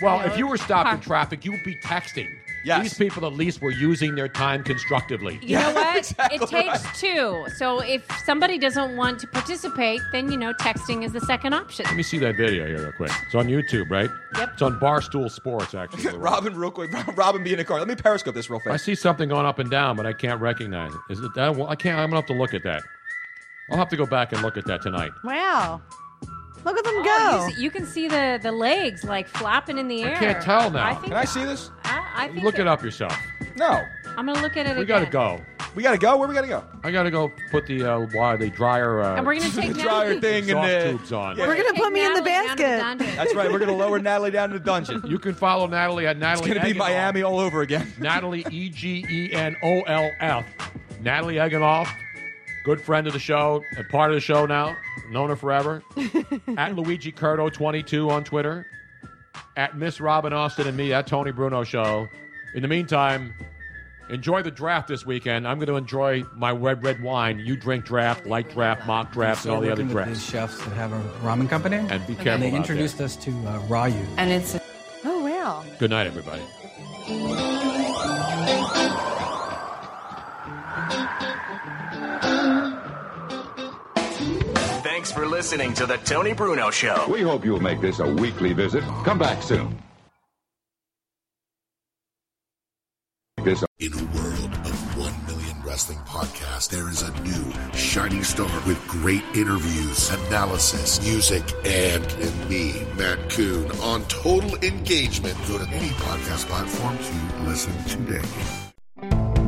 Speaker 1: Well,
Speaker 5: You know,
Speaker 1: if you were stopped in
Speaker 5: car-
Speaker 1: traffic, you would be texting.
Speaker 4: Yes.
Speaker 1: These people at least were using their time constructively.
Speaker 5: you know what?
Speaker 4: exactly
Speaker 5: it takes two. So if somebody doesn't want to participate, then you know texting is the second option.
Speaker 1: Let me see that video here real quick. It's on YouTube, right?
Speaker 5: Yep.
Speaker 1: It's on Barstool Sports, actually.
Speaker 4: Robin, real quick. Robin, be in the car. Let me periscope this real
Speaker 1: I
Speaker 4: fast.
Speaker 1: see something going up and down, but I can't recognize it. Is it that? one? I can't. I'm gonna have to look at that. I'll have to go back and look at that tonight.
Speaker 6: Wow. Look at them go.
Speaker 5: Oh, you, see- you can see the, the legs like flapping in the air.
Speaker 1: I can't tell now.
Speaker 5: I think,
Speaker 4: Can I see this?
Speaker 5: I, I think
Speaker 1: Look it up yourself.
Speaker 4: No.
Speaker 5: I'm gonna look at it.
Speaker 1: We
Speaker 5: again.
Speaker 1: gotta go.
Speaker 4: We gotta go. Where we gotta go?
Speaker 1: I gotta go put the uh, why the dryer. Uh,
Speaker 5: And we're gonna take
Speaker 4: dryer
Speaker 5: Natalie-
Speaker 4: thing
Speaker 1: Soft
Speaker 4: and
Speaker 1: tubes on.
Speaker 4: Yeah.
Speaker 6: We're gonna
Speaker 5: take
Speaker 6: put me in the
Speaker 5: Natalie down to
Speaker 6: basket.
Speaker 5: the dungeon.
Speaker 4: That's right. We're gonna lower Natalie down to the dungeon.
Speaker 1: You can follow Natalie at Natalie.
Speaker 4: It's gonna be
Speaker 1: Eggenall.
Speaker 4: Miami all over again.
Speaker 1: Natalie E G E N O L F. Natalie Eganoff, good friend of the show and part of the show now, known her forever. at Luigi Curto 22 on Twitter. At Miss Robin Austin and me at Tony Bruno Show. In the meantime, enjoy the draft this weekend. I'm going to enjoy my red, red wine. You drink draft, light draft, mock draft, and all the other drafts.
Speaker 10: chefs that have a ramen company.
Speaker 1: And be careful. out there.
Speaker 10: us to uh, Ryu.
Speaker 7: And it's
Speaker 6: Oh wow.
Speaker 1: Good night, everybody.
Speaker 8: Thanks for listening to The Tony Bruno Show.
Speaker 9: We hope you'll make this a weekly visit. Come back soon. This
Speaker 8: In a world of 1 million wrestling podcasts, there is a new shining star with great interviews, analysis, music, and, and me, Matt Coon, on total engagement. Go to any podcast platform to listen today.